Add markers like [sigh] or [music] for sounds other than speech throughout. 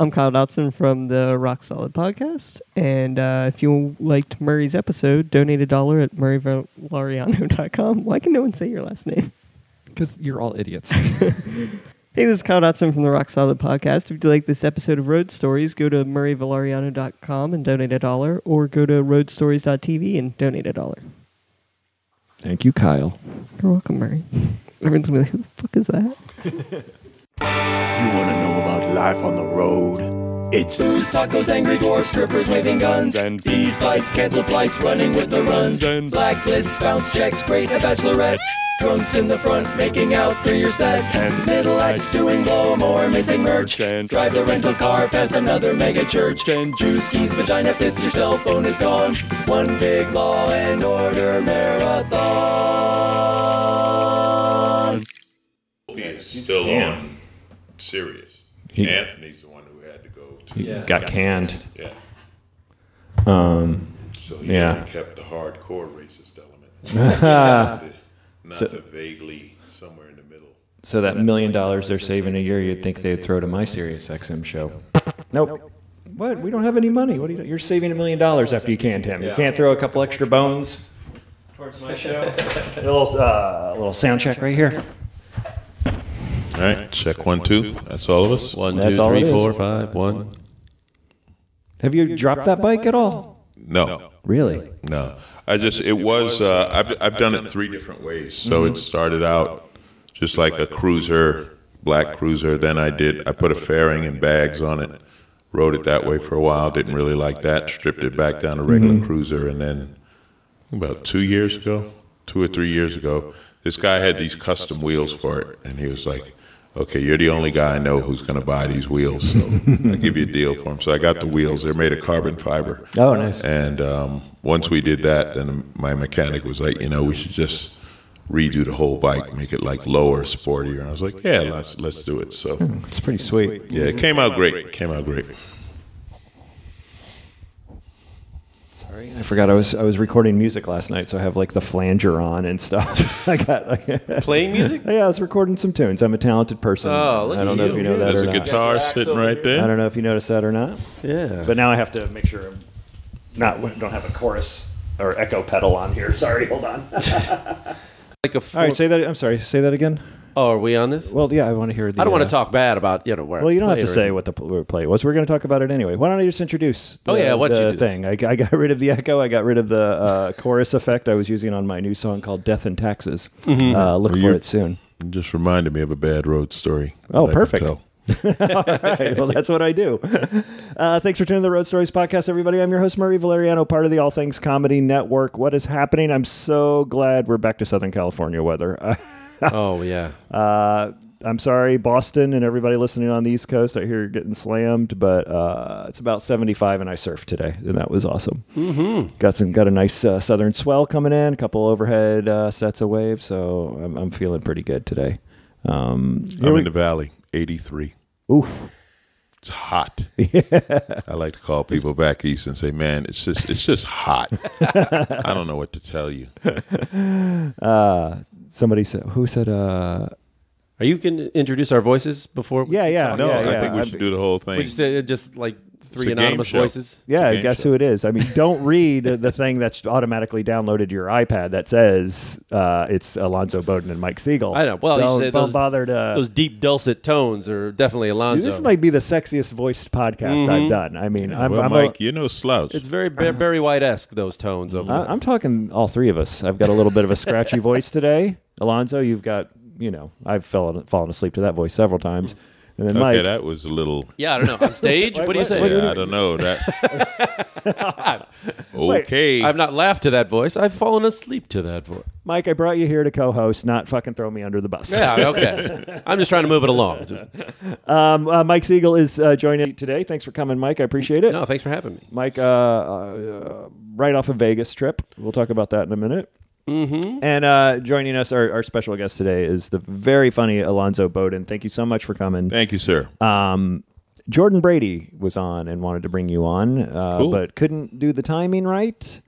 I'm Kyle Dotson from the Rock Solid podcast, and uh, if you liked Murray's episode, donate a dollar at murrayvaleriano.com. Why can no one say your last name? Because you're all idiots. Hey, this is Kyle Dotson from the Rock Solid Podcast. If you like this episode of Road Stories, go to murrayvaleriano.com and donate a dollar, or go to roadstories.tv and donate a dollar. Thank you, Kyle. You're welcome, Murray. [laughs] Everyone's gonna be like, who the fuck is that? You want to know about life on the road? It's Booze, tacos, angry dwarfs, strippers waving guns, And fees, fights, cancel flights, running with the runs, And- blacklists, bounce checks, great a bachelorette, drunks in the front, making out through your set, And- middle acts doing blow more, missing merch, And- drive the rental car past another mega church, And- juice keys, vagina fists, your cell phone is gone, one big law and order marathon. He's still on serious. He- Anthony's the one who had to go to. He got canned. Yeah. Um, So he Yeah. only kept the hardcore racist [laughs] element. Not So- the vaguely somewhere in the middle. so that million dollars they're saving a year, you'd think they'd throw to my Sirius XM show. Nope. What? We don't have any money. What are you? You're saving a million dollars after you canned him. You can't throw a couple extra bones towards my show. [laughs] a little, uh, little sound check right here. All right, check one, two. That's all of us. One, That's two, all it three, is. four, five, one. Have you dropped that bike at all? No, Really? no. I just, it was, uh, I've, I've done it three different ways. So it started out just like a cruiser, black cruiser. Then I did, I put a fairing and bags on it. Rode it that way for a while. Didn't really like that. Mm-hmm. Stripped it back down to regular cruiser. And then about two years ago, two or three years ago, this guy had these custom wheels for it. And he was like, okay, you're the only guy I know who's going to buy these wheels. So I'll give you a deal for them. So I got the wheels. They're made of carbon fiber. Oh, nice. And um, once we did that, then my mechanic was like, you know, we should just redo the whole bike, make it like lower, sportier. And I was like, yeah, let's let's do it. So It's pretty sweet. yeah, it came out great. It came out great. Sorry, I forgot I was I was recording music last night, so I have like the flanger on and stuff. [laughs] I got like, yeah, Playing music? I was recording some tunes. I'm a talented person. Oh, look I don't at know if you. you know that There's or a guitar not. Got your axe sitting over right here. I there. don't know if you noticed that or not. [laughs] Yeah. But now I have to make sure I'm not don't have a chorus or echo pedal on here. [laughs] Sorry, hold on. like a four- All right, say that. I'm sorry. Say that again. Oh, are we on this? Well, yeah, I want to hear. The, I don't want uh, to talk bad about you know where. Well, you don't have play to or say anything. what the pl- play was. We're going to talk about it anyway. Why don't I just introduce? The, Oh, yeah, why don't the you do this? thing. I, I got rid of the echo. I got rid of the uh, chorus effect I was using on my new song called "Death and Taxes." Mm-hmm. Uh, look for you- it soon. It just reminded me of a bad road story. Oh, that I can perfect. tell. Right, [laughs] well, that's what I do. [laughs] Uh, thanks for tuning in to the Road Stories podcast, everybody. I'm your host, Murray Valeriano, part of the All Things Comedy Network. What is happening? I'm so glad we're back to Southern California weather. [laughs] Oh yeah. Uh, I'm sorry, Boston and everybody listening on the East Coast. I hear you're getting slammed, but uh, it's about 75, and I surfed today, and that was awesome. Mm-hmm. Got some, got a nice uh, southern swell coming in, a couple overhead uh, sets of waves, so I'm, I'm feeling pretty good today. Um, I'm in the valley, 83. oof, It's [laughs] hot. I like to call people back east and say, man, it's just it's just [laughs] hot. I don't know what to tell you. uh, somebody said, who said, uh, Are you can introduce our voices before? we yeah, keep yeah, talking? No, yeah, I yeah. think we I'm- should do the whole thing. We just uh, just like three game anonymous show. voices. Yeah, game guess show. who it is. I mean, don't read the thing that's automatically downloaded to your iPad that says uh, it's Alonzo Bowden and Mike Siegel. I know. Well, you don't, said don't those- bother to. Those deep dulcet tones are definitely Alonzo. Uh, Mm-hmm. this might be the sexiest voiced podcast I've done. I mean, I'm, well, I'm, Mike, you know slouch. it's very Ba- Barry White esque. Those tones over. I- there. I'm talking all three of us. I've got a little bit of [laughs] a scratchy voice today. Alonzo, you've got, you know, I've fallen, fallen asleep to that voice several times. And then okay, Mike, that was a little Yeah, I don't know. On stage, what do you say? Yeah, I don't know that. [laughs] okay, I've not laughed to that voice. I've fallen asleep to that voice. Mike, I brought you here to co-host, not fucking throw me under the bus. Yeah, okay. [laughs] I'm just trying to move it along. Just- [laughs] Um, uh, Mike Siegel is uh, joining today. Thanks for coming, Mike. I appreciate [laughs] it. no, thanks for having me. Mike, uh, uh, right off a Vegas trip. We'll talk about that in a minute. Mm-hmm. And uh, joining us, our, our special guest today is the very funny Alonzo Bowden. Thank you so much for coming. thank you, sir. Um, Jordan Brady was on and wanted to bring you on, uh, Cool. but couldn't do the timing right.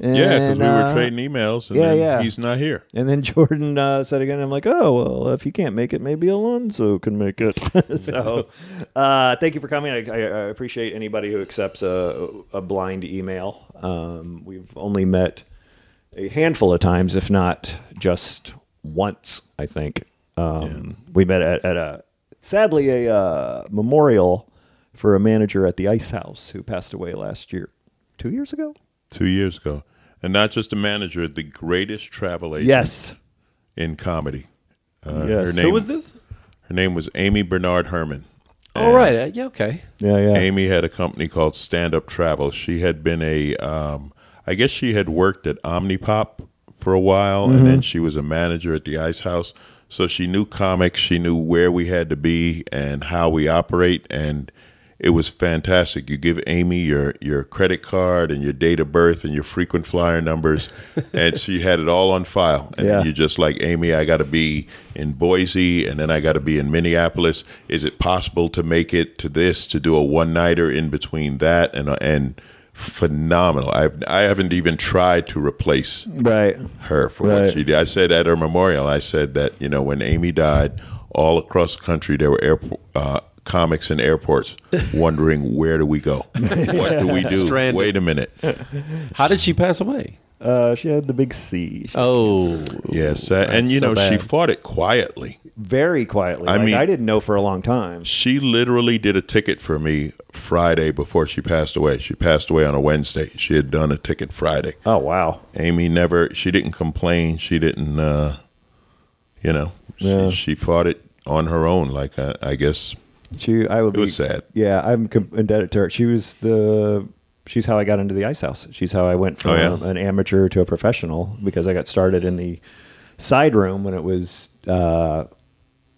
And, yeah, because we uh, were trading emails, and yeah, then yeah. he's not here. And then [laughs] Jordan uh, said again, I'm like, oh, well, if you can't make it, maybe Alonso can make it. [laughs] [laughs] so uh, thank you for coming. I, I, I appreciate anybody who accepts a, a blind email. Um, we've only met a handful of times, if not just once, I think. Um, We met at, at a, sadly, a uh, memorial for a manager at the Ice House who passed away last year, two years ago. two years ago. And not just a manager, the greatest travel agent Yes. in comedy. Uh, Yes. Her Who name, Who was this? Her name was Amy Bernard Herman. All right. Uh, yeah. Okay. Yeah, yeah. Amy had a company called Stand Up Travel. She had been a, um, I guess she had worked at Omnipop for a while, Mm-hmm. and then she was a manager at the Ice House. So she knew comics, she knew where we had to be and how we operate, and it was fantastic. You give Amy your your credit card and your date of birth and your frequent flyer numbers, and she had it all on file. And Yeah. then you just like Amy, I got to be in Boise, and then I got to be in Minneapolis. Is it possible to make it to this to do a one nighter in between that and and phenomenal. I I haven't even tried to replace Right. her for Right. what she did. I said at her memorial, I said that you know when Amy died, all across the country there were airport. Uh, comics in [laughs] airports wondering where do we go [laughs] what do we do Stranded. wait a [laughs] minute How did she pass away? Uh, she had the big C. She Oh, yes uh, and you so know she bad. fought it quietly very quietly. I mean- I didn't know for a long time. She literally did a ticket for me Friday before she passed away. She passed away on a Wednesday. She had done a ticket Friday. Oh wow, Amy never, she didn't complain. She didn't, uh, you know, Yeah. she, she fought it on her own. Like, I, I guess, she. I would. It was sad. Yeah, I'm com- indebted to her. She was the. She's how I got into the ice house. She's how I went from Oh, yeah? an amateur to a professional because I got started in the side room when it was, uh,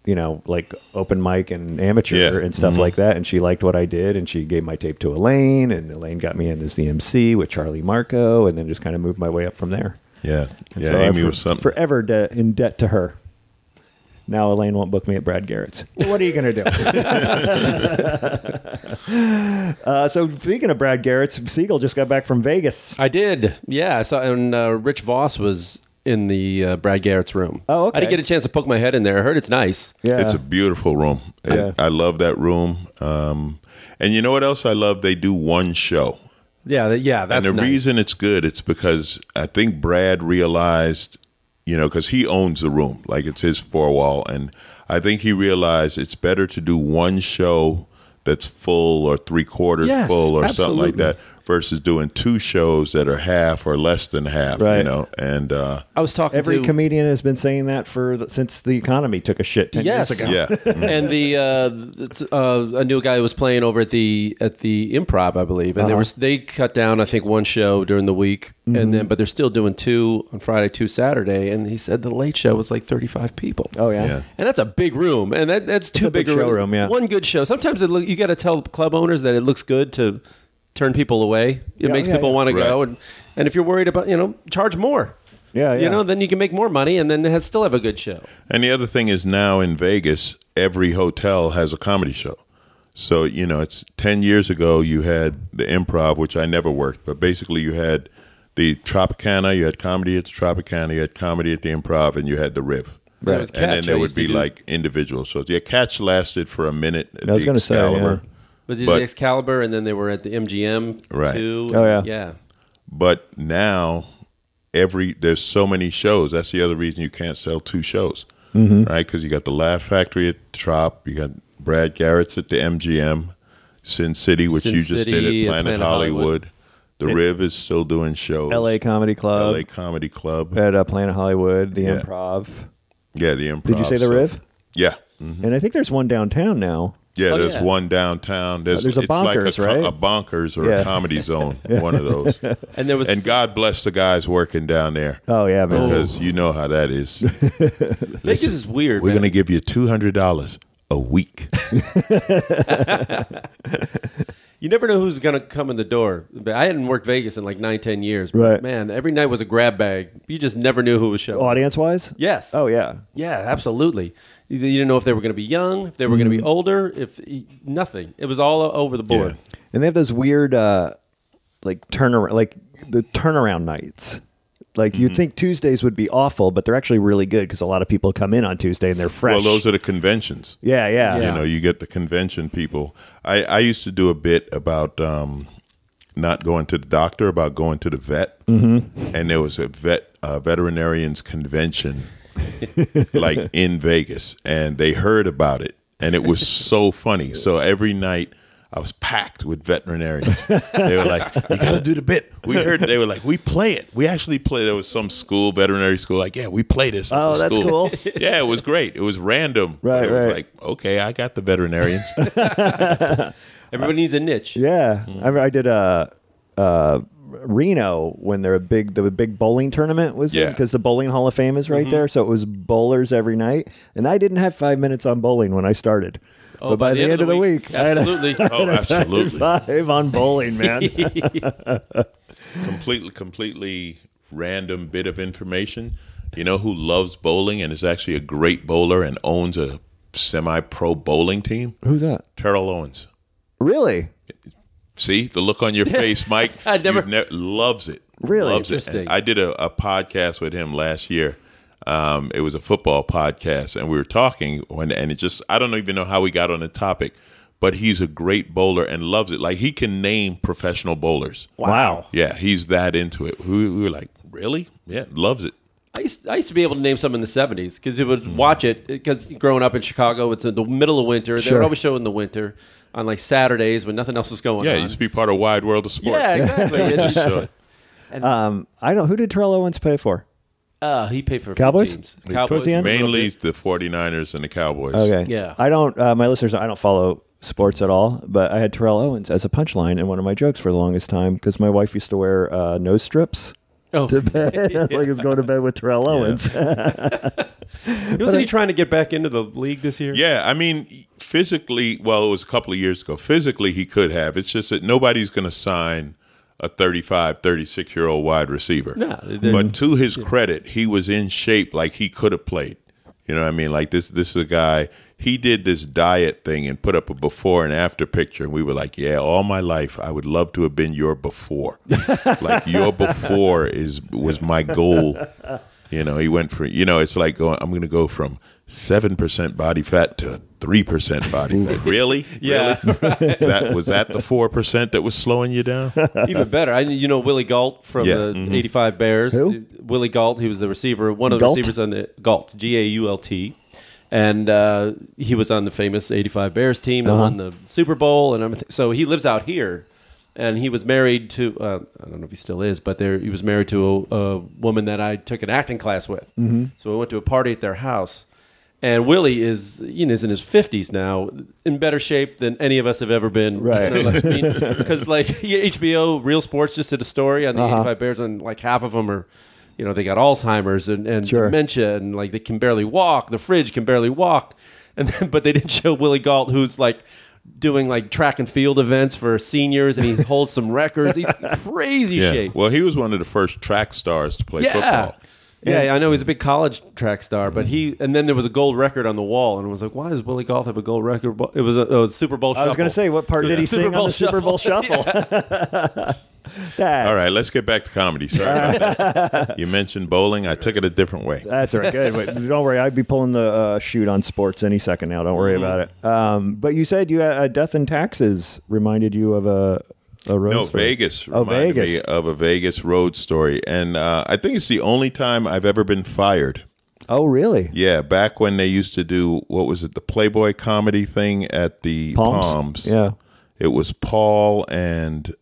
you know, like open mic and amateur Yeah. Mm-hmm. and stuff like that. And she liked what I did, and she gave my tape to Elaine, and Elaine got me in as the MC with Charlie Marco, and then just kind of moved my way up from there. yeah. And yeah, so Amy I'm was something. Forever de- in debt to her. Now Elaine won't book me at Brad Garrett's. What are you going to do? [laughs] uh, so speaking of Brad Garrett's, Siegel just got back from Vegas. I did. Yeah. I saw, and uh, Rich Voss was in the uh, Brad Garrett's room. Oh, okay. I didn't get a chance to poke my head in there. I heard it's nice. Yeah, It's a beautiful room. I- Yeah. I, love that room. Um, and you know what else I love? They do one show. Yeah. th- Yeah. That's and the nice. reason it's good, it's because I think Brad realized, you know, because he owns the room, like it's his four wall, and I think he realized it's better to do one show that's full or three quarters Yes, full or something like absolutely. that versus doing two shows that are half or less than half, you Right. know, and uh, I was talking every to comedian has been saying that for the, since the economy took a shit ten yes, years ago. yeah. [laughs] and the uh, th- uh, I knew a guy who was playing over at the at the improv, I believe, and they Uh-huh. were they cut down I think one show during the week, Mm-hmm. and then but they're still doing two on Friday, two Saturday, and he said the late show was like thirty five people. Oh yeah. Yeah. And that's a big room, and that, that's too a big big a showroom, yeah. one good show. Sometimes it look, you got to tell club owners that it looks good to turn people away. It makes yeah, people yeah. want to go, Right. and, and if you're worried about you know charge more, Yeah, yeah. you know then you can make more money and then has, still have a good show. And the other thing is now in Vegas, every hotel has a comedy show. So, you know, it's 10 years ago you had the improv, which I never worked, but basically you had the Tropicana, you had comedy at the Tropicana, you had comedy at the improv, and you had the Riv. Right. That was and then Catch, I there would used to be do. like individual shows. Yeah, Catch lasted for a minute. At I was the gonna say, Excalibur. yeah. But they did But- the Excalibur, and then they were at the MGM Right. too. Oh, yeah. yeah. But now every there's so many shows. That's the other reason you can't sell two shows, Mm-hmm. right? Because you got the Laugh Factory at Trop, you got Brad Garrett's at the MGM, Sin City, which Sin you just City did at at Planet, Planet Hollywood. Hollywood. The Riv is still doing shows. L.A. Comedy Club LA Comedy Club. at uh, Planet Hollywood, the Yeah. Improv. Yeah, the Improv. Did you say the so- Riv? Yeah. Mhm. And I think there's one downtown now. Yeah, Oh, there's yeah. one downtown. There's, there's a it's like Bonkers, co- right? a bonkers or [laughs] Yeah. a comedy zone, one of those. And there was And God bless the guys working down there. Oh yeah, man. because you know how that is. Vegas is weird. We're man. going to give you $200 a week. you never know who's gonna come in the door. But I hadn't worked Vegas in like nine, ten years. But Right. Man, every night was a grab bag. You just never knew who was showing. up. Audience wise. yes. Oh yeah. Yeah, absolutely. You you didn't know if they were going to be young, if they were going to be older, if nothing. It was all over the board. And they have those weird uh, like turnaround, like the turnaround nights. Like Mm-hmm. you'd think Tuesdays would be awful, but they're actually really good because a lot of people come in on Tuesday and they're fresh. Well, those are the conventions. yeah, yeah, You know, you get the convention people. I, I used to do a bit about um, not going to the doctor, about going to the vet. Mm-hmm. And there was a vet uh, veterinarians convention, [laughs] like in Vegas, and they heard about it, and it [laughs] was so funny. So every night. I was packed with veterinarians. They were like, "You got to do the bit." We heard they were like, "We play it. We actually play." There was some school veterinary school like, "Yeah, we play this." at Oh, the that's school." [laughs] cool. yeah, it was great. It was random. Right, It was right. like, okay, I got the [laughs] veterinarians. Everybody needs a niche. Yeah, Mm. I, remember I did a, uh Reno when there a big the big bowling tournament was Yeah. Mm-hmm. because the bowling Hall of Fame is right there, so it was bowlers every night, and I didn't have five minutes on bowling when I started. Oh, by, the, end of the week, [laughs] I had a- absolutely. [laughs] oh, absolutely. [laughs] five on bowling, man. completely, completely random bit of information. You know who loves bowling and is actually a great bowler and owns a semi-pro bowling team? Who's that? Terrell Owens. Really? See the look on your face, Mike. [laughs] I never- You've ne- loves it. Really? loves it. Interesting. And I did a, a podcast with him last year. Um, it was a football podcast, and we were talking when, and it just I don't even know how we got on the topic, but he's a great bowler and loves it. Like he can name professional bowlers. Wow. Yeah, he's that into it. We, we were like, really? Yeah, loves it. I used, I used to be able to name some in the 70s because you would watch it. Because growing up in Chicago, it's in the middle of winter. They Sure. would always show in the winter on like Saturdays when nothing else was going Yeah, on. he used to be part of Wide World of Sports. uh, yeah, [laughs] exactly. It's just- So, I don't. Who did Terrell Owens pay for? uh, he paid for a few Cowboys? teams. Towards the end? mainly the 49ers and the Cowboys. Okay. Yeah. I don't. Uh, my listeners, I don't follow sports at all. But I had Terrell Owens as a punchline in one of my jokes for the longest time because my wife used to wear uh, nose strips. [laughs] Oh, It's like it's going to bed with Terrell Owens. wasn't he trying to get back into the league this year? Yeah, I mean, physically, well, it was a couple of years ago. Physically, he could have. It's just that nobody's going to sign a 35, 36 year old wide receiver. No, they're- but to his credit, he was in shape like he could have played. You know what I mean? Like this this is a guy he did this diet thing and put up a before and after picture and we were like, Yeah, all my life I would love to have been [laughs] your before. like [laughs] your before is was my goal. You know, he went for you know, it's like going I'm gonna go from seven percent body fat to three percent body fat. Really? Yeah. [laughs] Really? that was that the four percent that was slowing you down? Even better. I you know Willie Galt from Yeah, the mhm. 85 Bears. Who? Willie Galt, he was the receiver, one of the Galt? receivers on the Galt, G A U L T. And uh, he was on the famous 85 Bears team Uh-huh. that won the Super Bowl and everything. So he lives out here. And he was married to, uh, I don't know if he still is, but there, he was married to a, a woman that I took an acting class with. Mm-hmm. So we went to a party at their house. And Willie is, you know, is in his fifties now, in better shape than any of us have ever been. [laughs] Right. Because like [laughs] yeah, HBO Real Sports just did a story on the Uh-huh. 85 Bears, and like half of them are, you know, they got Alzheimer's and, and Sure. dementia, and like they can barely walk. The fridge can barely walk, [laughs] and then, but they didn't show Willie Galt, who's like doing like track and field events for seniors, and [laughs] he holds some records. He's crazy shape. Well, he was one of the first track stars to play football. Yeah, I know he's a big college track star, but he and then there was a gold record on the wall, and it was like, why does Willie Golf have a gold record? Bo- It was a, a Super Bowl. [laughs] I was going to say, what part did he Super sing on Bowl the Super Bowl Shuffle? [laughs] that, All right, let's get back to comedy. Sorry. about [laughs] that. you mentioned bowling. I took it a different way. That's all right. Good. Wait, [laughs] don't worry. I'd be pulling the uh, shoot on sports any second now. Don't worry about it. Um, but you said you had uh, death and taxes reminded you of a a road No, story. Vegas Oh, reminded Vegas. me of a Vegas road story. And uh, I think it's the only time I've ever been fired. Oh, really? Yeah, back when they used to do, what was it, the Playboy comedy thing at the Palms? Palms. Yeah. It was Paul and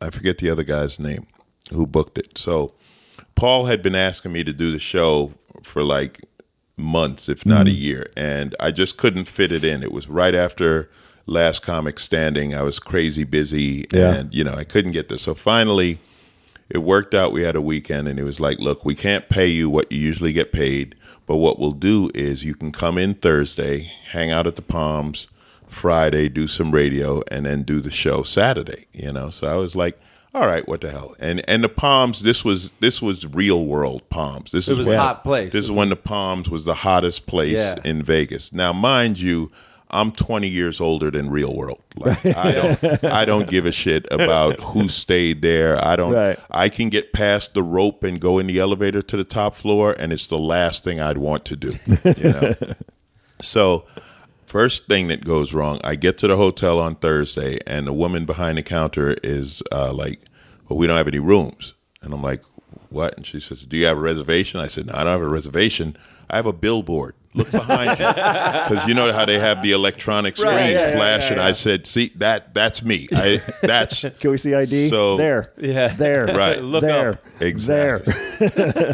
I forget the other guy's name who booked it. So Paul had been asking me to do the show for like months, if not Mm-hmm. a year, and I just couldn't fit it in. It was right after Last Comic Standing. I was crazy busy, Yeah. and you know I couldn't get this. So finally, it worked out. We had a weekend, and it was like, look, we can't pay you what you usually get paid, but what we'll do is you can come in Thursday, hang out at the Palms Friday, do some radio, and then do the show Saturday. You know, so I was like, all right, what the hell? And and the Palms, this was this was real world Palms. This It is was a when- hot place. This is when the Palms was the hottest place Yeah. in Vegas. Now, mind you. I'm 20 years older than real world. Like, I don't I don't give a shit about who stayed there. I don't. Right. I can get past the rope and go in the elevator to the top floor, and it's the last thing I'd want to do. You know? so, first thing that goes wrong, I get to the hotel on Thursday, and the woman behind the counter is uh, like, "Well, we don't have any rooms," and I'm like, "What?" And she says, "Do you have a reservation?" I said, "No, I don't have a reservation. I have a billboard." Look behind [laughs] you, because you know how they have the electronic screen yeah, yeah, flashing. yeah, yeah. I said, "See that—that's me. I, [laughs] that's Can we see ID? So- there. Yeah. There. [laughs] Right. Look there. up. Exactly. There.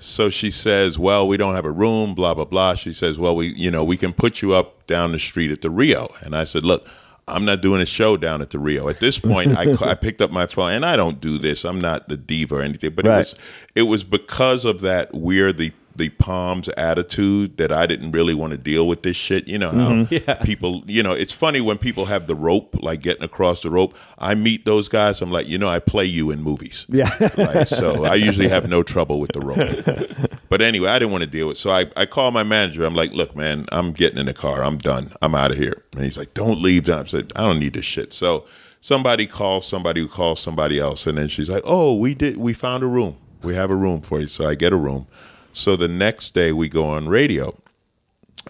so she says, "Well, we don't have a room, blah blah blah." She says, "Well, we, you know, we can put you up down the street at the Rio." And I said, "Look, I'm not doing a show down at the Rio." At this point, I, ca- I picked up my phone, and I don't do this. I'm not the diva or anything, but it Right. was it was because of that we're the the Palms attitude that I didn't really want to deal with this shit. You know how people, you know, it's funny when people have the rope, like getting across the rope. I meet those guys. I'm like, you know, I play you in movies. Yeah. Like, so I usually have no trouble with the rope. But anyway, I didn't want to deal with it. So I, I call my manager. I'm like, look, man, I'm getting in the car. I'm done. I'm out of here. And he's like, don't leave. And I said, I don't need this shit. So somebody calls somebody who calls somebody else. And then she's like, oh, we did. We found a room. We have a room for you. So I get a room. So the next day we go on radio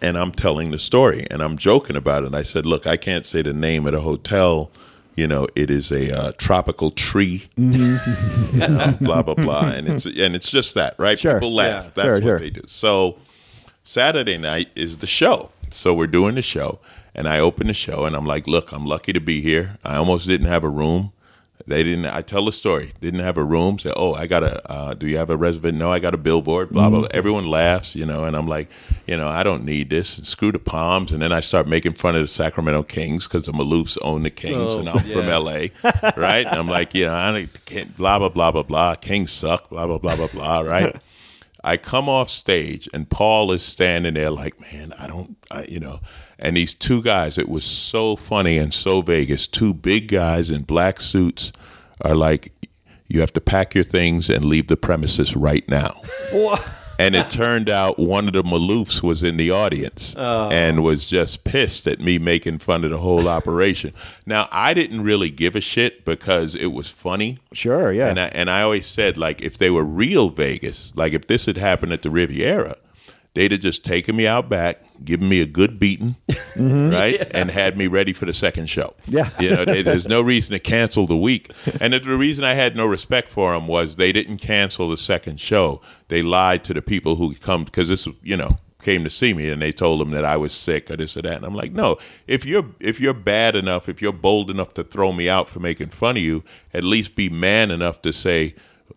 and I'm telling the story and I'm joking about it. And I said, look, I can't say the name of the hotel. You know, it is a uh, tropical tree, [laughs] you [laughs] know, blah blah blah, and it's and it's just that, right? Sure. People laugh. Yeah. That's Sure, what sure. they do. So Saturday night is the show, so we're doing the show, and I open the show, and I'm like, look, I'm lucky to be here. I almost didn't have a room. They didn't. I tell the story. Didn't have a room. Say, oh, I got a. Uh, do you have a reservation? No, I got a billboard. Blah blah. blah. Mm-hmm. Everyone laughs, you know. And I'm like, you know, I don't need this. And screw the Palms. And then I start making fun of the Sacramento Kings because the Maloofs own the Kings, Oh, and I'm yeah. from LA, right? And I'm like, you know, I don't- can't. Blah blah blah blah blah. Kings suck. Blah blah blah blah blah. [laughs] Right. I come off stage and Paul is standing there like, man, I don't, I, you know. And these two guys, it was so funny and so Vegas. Two big guys in black suits are like, you have to pack your things and leave the premises right now. And it turned out one of the Maloofs was in the audience and was just pissed at me making fun of the whole operation. Now, I didn't really give a shit because it was funny. Sure. Yeah. And I, and I always said, like, if they were real Vegas, like if this had happened at the Riviera, they'd have just taken me out back, given me a good beating, [laughs] right? And had me ready for the second show. Mm-hmm. Yeah. You know, they, there's [laughs] no reason to cancel the week. And the, the reason I had no respect for them was they didn't cancel the second show. They lied to the people who come, because this, you know, came to see me and they told them that I was sick or this or that. And I'm like, no, if you're if you're bad enough, if you're bold enough to throw me out for making fun of you, at least be man enough to say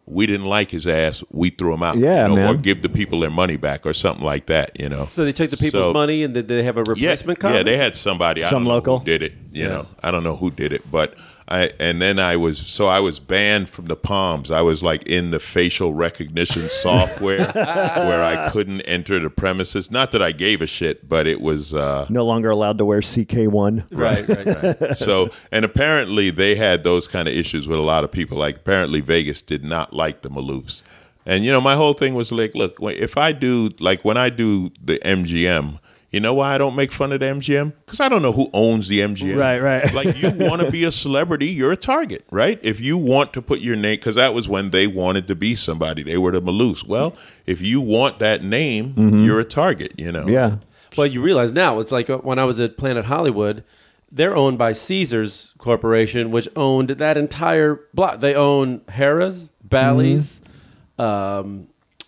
we didn't like his ass, we threw him out. Yeah, you know, or man. give the people their money back or something like that, you know. So they took the people's So- money and did they have a yeah, replacement yeah, comic? they had somebody I don't Some know who local? did it. You know, I don't know who did it, but I and then I was so I was banned from the Palms. I was like in the facial [laughs] recognition software where I couldn't enter the premises. Not that I gave a shit, but it was uh, no longer allowed to wear CK1. Right, right, right. [laughs] so. And apparently they had those kind of issues with a lot of people. Like apparently Vegas did not like the Maloofs. And you know, my whole thing was like, look, wh- if I do like when I do the MGM. You know why I don't make fun of the MGM? Because I don't know who owns the MGM. Right, right. [laughs] like you want to be a celebrity, you're a target, right? If you want to put your name, because that was when they wanted to be somebody, they were the Maloofs. Well, if you want that name, you're a target. You know, Yeah. Well, you realize now it's like uh, when I was at Planet Hollywood, they're owned by Caesars Corporation, which owned that entire block. They own Harrah's, Bally's, Mm-hmm. um,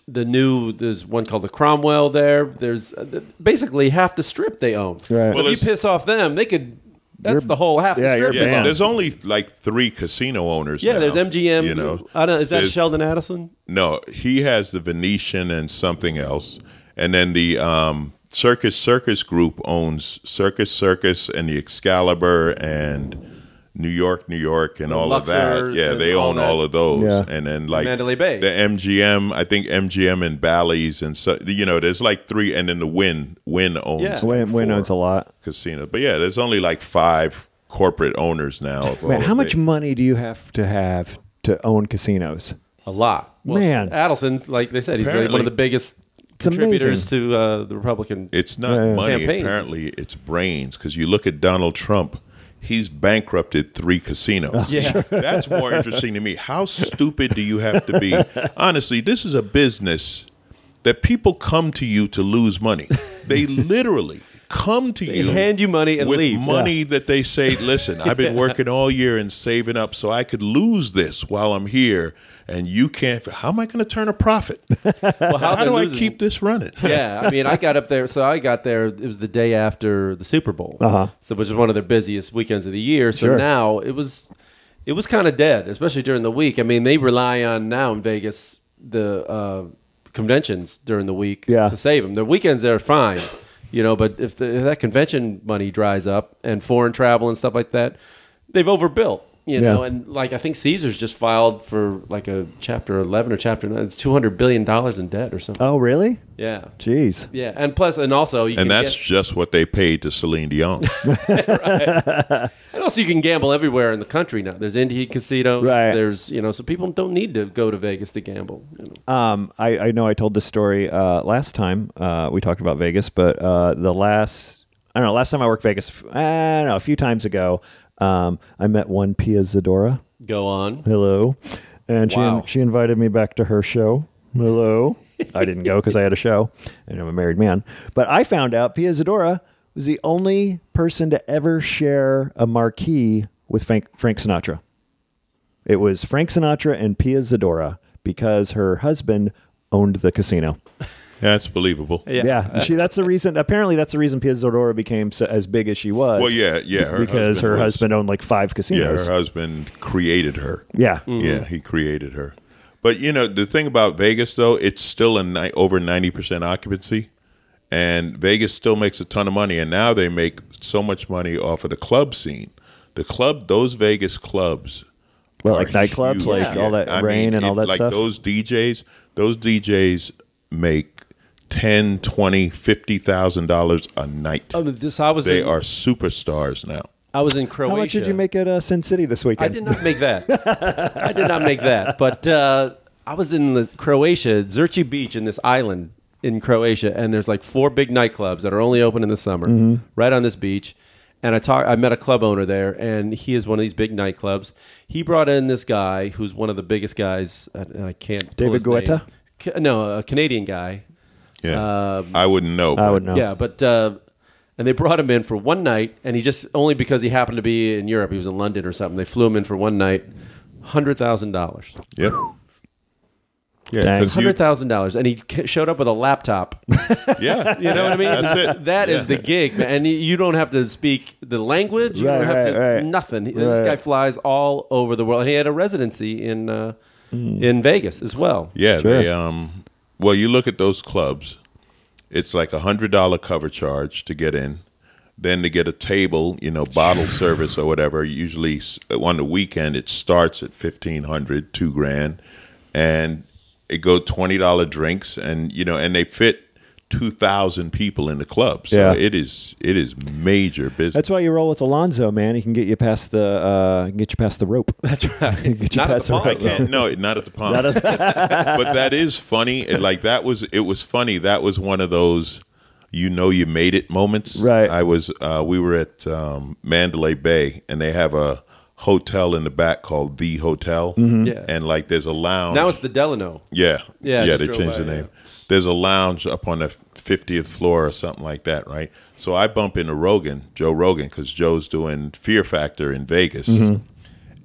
the new. There's one called the Cromwell. There, there's uh, th- basically half the strip they own. Right. So Well, if it's- you piss off them, they could. That's the whole half yeah, the strip. you're they Yeah, banned. own. there's only like three casino owners. yeah, now, there's MGM. You know, I don't, is that There's- Sheldon Addison? No, he has the Venetian and something else, and then the um, Circus Circus Group owns Circus Circus and the Excalibur and New York, New York, and all Luxor of that. Yeah, and they all own that. all of those, Yeah. and then like Mandalay Bay. the MGM. I think MGM and Bally's and so you know, there's like three, and then the Win Win owns Yeah. Win, win four owns a lot. casinos, but yeah, there's only like five corporate owners now. Of Man, all how of much it. money do you have to have to own casinos? A lot. Man. Addison's like they said, he's like one of Apparently. the biggest It's contributors amazing. to uh, the Republican. It's not Yeah, yeah. money, Campaigns. apparently, it's brains. Because you look at Donald Trump, he's bankrupted three [laughs] casinos. Yeah. That's more interesting to me. How stupid do you have to be? Honestly, this is a business that people come to you to lose money. They literally come to you hand you money and with leave. money that they say, "Listen, I've been working all year and saving up so I could lose this while I'm here." And you can't. How am I going to turn a profit? Well, How they're do I losing- keep this running? yeah, I mean, I got up there. So I got there. It was the day after the Super Bowl, uh-huh. so which is one of their busiest weekends of the year. So Sure. now it was, it was kind of dead, especially during the week. I mean, they rely on now in Vegas the uh, conventions during the week Yeah. to save them. The weekends they're fine, you know, but if, the, if that convention money dries up and foreign travel and stuff like that, they've overbuilt. You Yeah. know, and like I think Caesars just filed for like a chapter eleven or chapter nine. It's two hundred billion dollars in debt or something. Oh, really? Yeah, Jeez. yeah, and plus, and also, you can And that's ga- just what they paid to Celine Dion. [laughs] and also you can gamble everywhere in the country now. There's Indian casinos, Right. There's you know, so people don't need to go to Vegas to gamble. You know. Um, I, I know I told this story uh, last time uh, we talked about Vegas, but uh, the last I don't know last time I worked Vegas, f- I don't know a few times ago, um, I met one Pia Zadora. Go on. Hello, and Wow. she she invited me back to her show. Hello, I didn't go because I had a show, and I'm a married man. But I found out Pia Zadora was the only person to ever share a marquee with Frank, Frank Sinatra. It was Frank Sinatra and Pia Zadora because her husband owned the casino. That's believable. Yeah, she, that's the reason. Apparently, that's the reason Pia Zadora became so, as big as she was. Well, yeah, yeah. Her because her was- husband owned like five Yeah, casinos. her husband created her. Yeah. Mm. Yeah, he created her. But you know the thing about Vegas though, it's still a ni- over ninety percent occupancy, and Vegas still makes a ton of money. And now they make so much money off of the club scene. The club, those Vegas clubs, Well, like are nightclubs, huge. like all that I rain mean, and all it- that like stuff. those DJs, those DJs make 10, 20, 50,000 dollars a night. Oh, this I was. they in, are superstars now. I was in Croatia. How much did you make at uh, Sin City this weekend? I did not make that. I did not make that. But uh, I was in the Croatia, Zerci Beach, in this island in Croatia, and there's like four big nightclubs that are only open in the summer, right on this beach. And I talk, I met a club owner there, and he is one of these big nightclubs. He brought in this guy who's one of the biggest guys, uh, and I can't. pull David his name. Guetta? Ca- no, a Canadian guy. Yeah, Um, I wouldn't know. I but- would know. Yeah, but uh, and they brought him in for one night, and he just only because he happened to be in Europe, he was in London or something. They flew him in for one night, hundred thousand dollars, Yep. Yeah, Dang. 'cause you- hundred thousand dollars, and he ca- showed up with a laptop. yeah, [laughs] You know what I mean? [laughs] That's it. That is Yeah. the gig, man. And y- you don't have to speak the language. You Right, don't have to right, right. nothing. This Right. guy flies all over the world. And he had a residency in uh, in Vegas as well. Yeah, Sure. they um well you look at those clubs, it's like a hundred dollar cover charge to get in. Then to get a table, you know, [laughs] bottle service or whatever, usually s- on the weekend it starts at 1500 2 grand and it go $20 drinks and you know and they fit 2000 people in the club. So Yeah. it is it is major business. That's why you roll with Alonzo, man. He can get you past the uh, he can get you past the rope. That's right. [laughs] get you Not at past the the, Palms, rope. I can't- no, not at the pond. [laughs] but that is funny. It, like that was it was funny. That was one of those you know you made it moments. Right. I was uh, we were at um, Mandalay Bay and they have a hotel in the back called the hotel. Yeah. And like there's a lounge. Now it's the Delano. yeah. Yeah, I Yeah, just they drove changed by, the name. There's a lounge up on the 50th floor or something like that, right? So I bump into Rogan, Joe Rogan, because Joe's doing Fear Factor in Vegas Mm-hmm.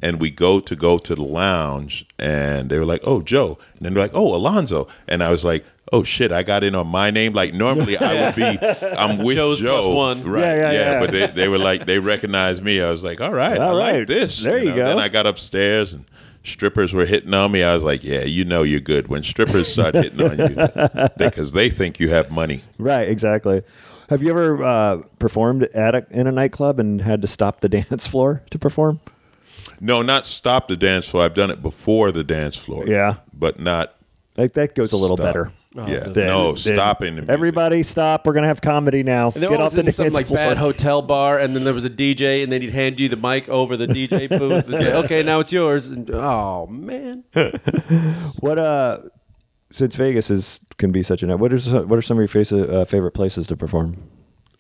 and we go to go to the lounge and they were like oh joe and then they're like oh alonzo and i was like oh shit i got in on my name like normally i [laughs] would be i'm with Joe's joe plus one. right Yeah, yeah, yeah, yeah. but they, they were like they recognized me i was like all right All i right. like this There you go. then i got upstairs and strippers were hitting on me i was like yeah you know you're good when strippers start hitting on you because they think you have money Right, exactly. Have you ever uh, performed at a, in a nightclub and had to stop the [laughs] dance floor to perform? no not stop the dance floor i've done it before the dance floor Yeah. but not Like that goes a little stop. better. yeah Than- no than- stopping the music. Everybody stop. We're gonna have comedy now. And they're Get always off the in dance some like floor. bad hotel bar, and then there was a DJ, and then he'd hand you the mic over the [laughs] DJ booth. And say, okay, now it's yours. And, oh man, What uh since Vegas is can be such a night. What are some, what are some of your face, uh, favorite places to perform?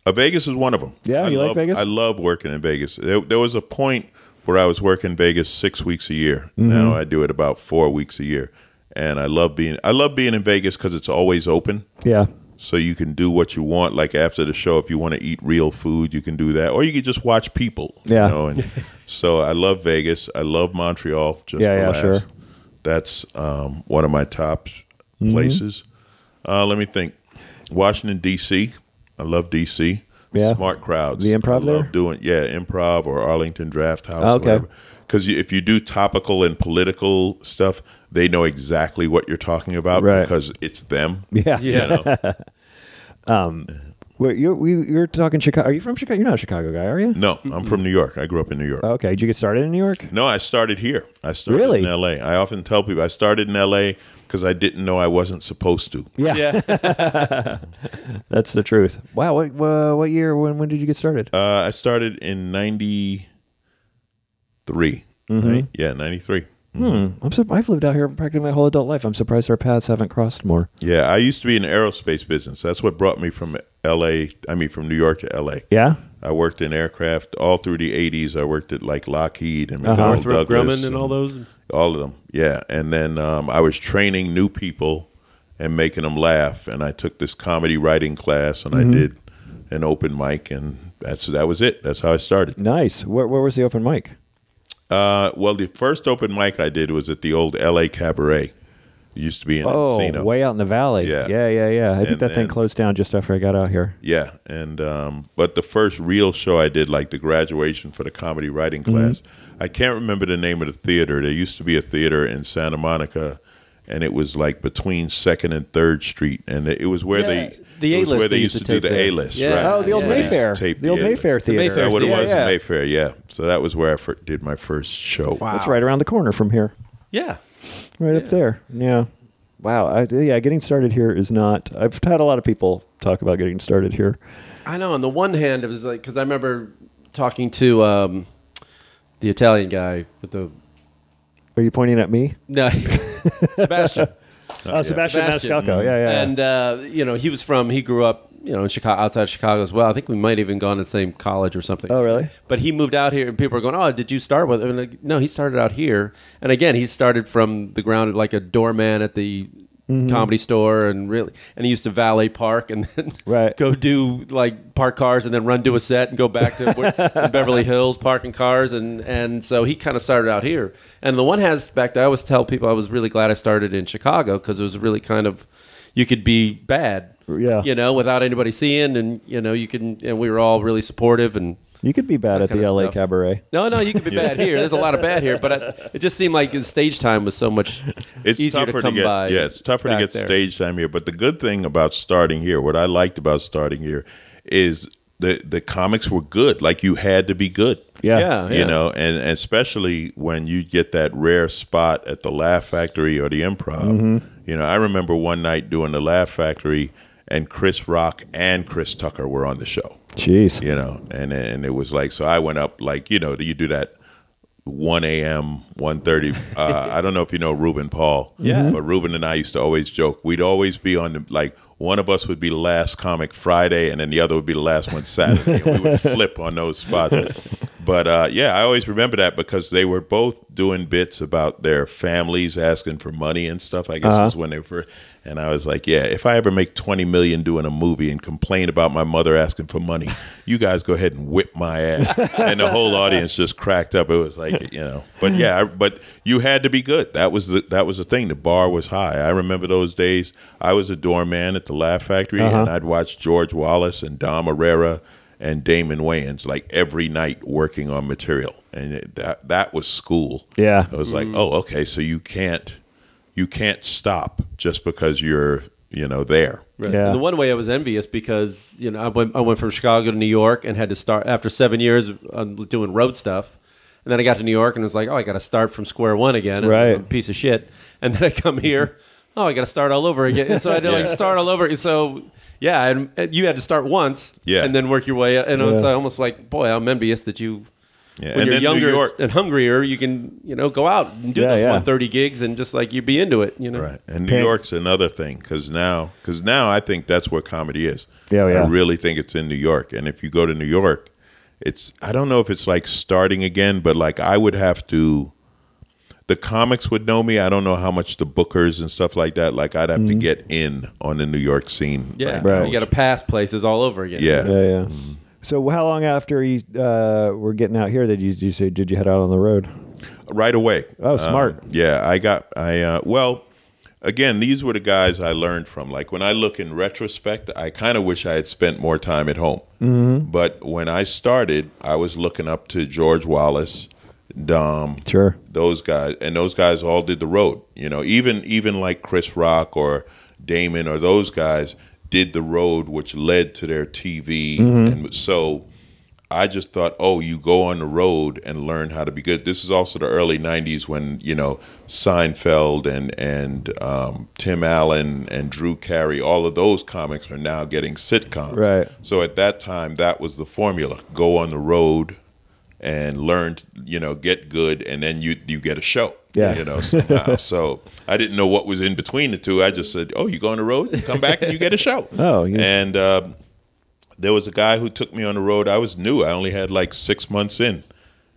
Uh, Vegas is one of them. Yeah, I you like love- Vegas? I love working in Vegas. There, there was a point where I was working Vegas six weeks a year. Mm-hmm. Now I do it about four weeks a year, and I love being I love being in Vegas because it's always open. Yeah, So you can do what you want. Like after the show, if you want to eat real food, you can do that, or you can just watch people. Yeah. You know? [laughs] and so I love Vegas. I love Montreal. Just Yeah, for yeah, last. sure. That's um, one of my top Mm-hmm. places. Uh, let me think. Washington D.C. I love D.C. Yeah. Smart crowds. The improv I love there? doing yeah improv or Arlington Draft House. Okay. Whatever. Because if you do topical and political stuff, they know exactly what you're talking about Right. because it's them. [laughs] yeah, You know? Wait, you're we- you're talking Chicago. Are you from Chicago? You're not a Chicago guy, are you? No, I'm from New York. I grew up in New York. Okay, did you get started in New York? No, I started here. I started Oh. Really? in L.A. I often tell people I started in L.A. because I didn't know I wasn't supposed to. Yeah, [laughs] Yeah. that's the truth. Wow, what uh, what, what year? When when did you get started? Uh, I started in '93. Mm-hmm. Right? Yeah, '93. I'm sur- I've lived out here practically my whole adult life. I'm surprised our paths haven't crossed more. Yeah, I used to be in the aerospace business. That's what brought me from L.A. I mean, from New York to L.A. Yeah, I worked in aircraft all through the '80s. I worked at like Lockheed and Uh-huh. McDonnell Northrop Douglas Grumman and all those. all of them yeah and then um, i was training new people and making them laugh and i took this comedy writing class and i did an open mic and that's that was it that's how i started nice. Where where was the open mic? uh, well the first open mic i did was at the old la cabaret it used to be in Oh, Encino. way out in the valley. Yeah. yeah, yeah. yeah. I think And that thing then- closed down just after I got out here. Yeah, and um, but the first real show I did, like the graduation for the comedy writing Mm-hmm. class, I can't remember the name of the theater. There used to be a theater in Santa Monica, and it was like between Second and Third Street, and it was where Yeah, they the it was A-list where they they used to used to do tape the there. A list. Yeah. Right. Oh, the old Yeah. Mayfair. Tape The old A-list. Mayfair Is that Theater. Mayfair what it Yeah, was yeah. Mayfair. Yeah, so that was where I fir- did my first show. It's right around the corner from here. Yeah. right up there. Yeah. Wow. I, yeah, getting started here is not. I've had a lot of people talk about getting started here. I know. On the one hand, it was like because I remember talking to um, the Italian guy with the Are you pointing at me? no [laughs] Sebastian, Oh, Sebastian, Sebastian. Maniscalco. Yeah, yeah. and uh, you know he was from he grew up you know in Chicago outside Chicago as well. I think we might have even gone to the same college or something. oh, really? But he moved out here, and people are going, "Oh, did you start with?" And like, no, he started out here, and again, he started from the ground like a doorman at the Mm-hmm. comedy store, and really, and he used to valet park, and then Right. [laughs] go do like park cars, and then run to a set, and go back to [laughs] where- in Beverly Hills parking cars, and and so he kind of started out here. And the one aspect I always tell people, I was really glad I started in Chicago because it was really kind of you could be bad. Yeah. You know, without anybody seeing, and you know, you can, and we were all really supportive, and You could be bad at kinda the LA stuff. Cabaret. no, no, you could be [laughs] bad here. There's a lot of bad here, but I, it just seemed like his stage time was so much [laughs] it's easier tougher to come get, by. Yeah, it's tougher to back get there. stage time here. But the good thing about starting here, what I liked about starting here, is the the comics were good. Like you had to be good. Yeah. Yeah. You know, and, and especially when you get that rare spot at the Laugh Factory or the Improv. Mm-hmm. You know, I remember one night doing the Laugh Factory, and Chris Rock and Chris Tucker were on the show Jeez. you know and and it was like so i went up like you know you do that 1 a.m 1.30 uh, i don't know if you know ruben paul yeah but ruben and i used to always joke we'd always be on the like one of us would be the last comic friday and then the other would be the last one saturday and we would flip on those spots but uh, yeah i always remember that because they were both doing bits about their families asking for money and stuff i guess is when they were and i was like yeah if i ever make 20 million doing a movie and complain about my mother asking for money you guys go ahead and whip my ass and the whole audience just cracked up it was like you know but yeah I, but you had to be good that was the that was the thing the bar was high i remember those days i was a doorman at the laugh factory and i'd watch george wallace and dom herrera and Damon Wayans like every night working on material, and it, that that was school. Yeah. I was like, oh, okay, so you can't you can't stop just because you're you know there. Right. Yeah. And the one way I was envious because you know I went I went from Chicago to New York and had to start after seven years of doing road stuff, and then I got to New York and was like, oh, I got to start from square one again, and Right. I'm a piece of shit, and then I come here, oh, I got to start all over again, and so I had to like start all over, so. Yeah, and and you had to start once, Yeah. and then work your way, up. and it's Yeah. almost like, boy, I'm envious that you Yeah, when and you're then New younger uh, York- and hungrier, you can you know go out and do Yeah, those yeah. 130 gigs and just like you'd be into it. You know, Right. And New Pan- York's another thing because now, because now I think that's where comedy is. Yeah, yeah. I really think it's in New York. And if you go to New York, it's, I don't know if it's like starting again, but like I would have to, the comics would know me. I don't know how much the bookers and stuff like that, like I'd have Mm-hmm. to get in on the New York scene. Yeah, right now. you got to pass places all over again. Yeah. Yeah, yeah. Mm-hmm. So how long after you uh, were getting out here did you, did you say did you head out on the road? right away. Oh, smart. Um, yeah, I got I uh, well, again, these were the guys I learned from. Like when I look in retrospect, I kind of wish I had spent more time at home. But when I started, I was looking up to George Wallace, Dom, Sure. those guys, and those guys all did the road. You know, even even like Chris Rock or Damon or those guys did the road, which led to their TV, and so. I just thought, oh, you go on the road and learn how to be good. This is also the early '90s when you know Seinfeld and and um, Tim Allen and Drew Carey, all of those comics are now getting sitcoms. Right. So at that time, that was the formula: go on the road and learn, you know, get good, and then you you get a show. Yeah. You know, [laughs] somehow. so I didn't know what was in between the two. I just said, oh, you go on the road, you come back, and you get a show. [laughs] Oh, you- and. Um, there was a guy who took me on the road. I was new. I only had like six months in.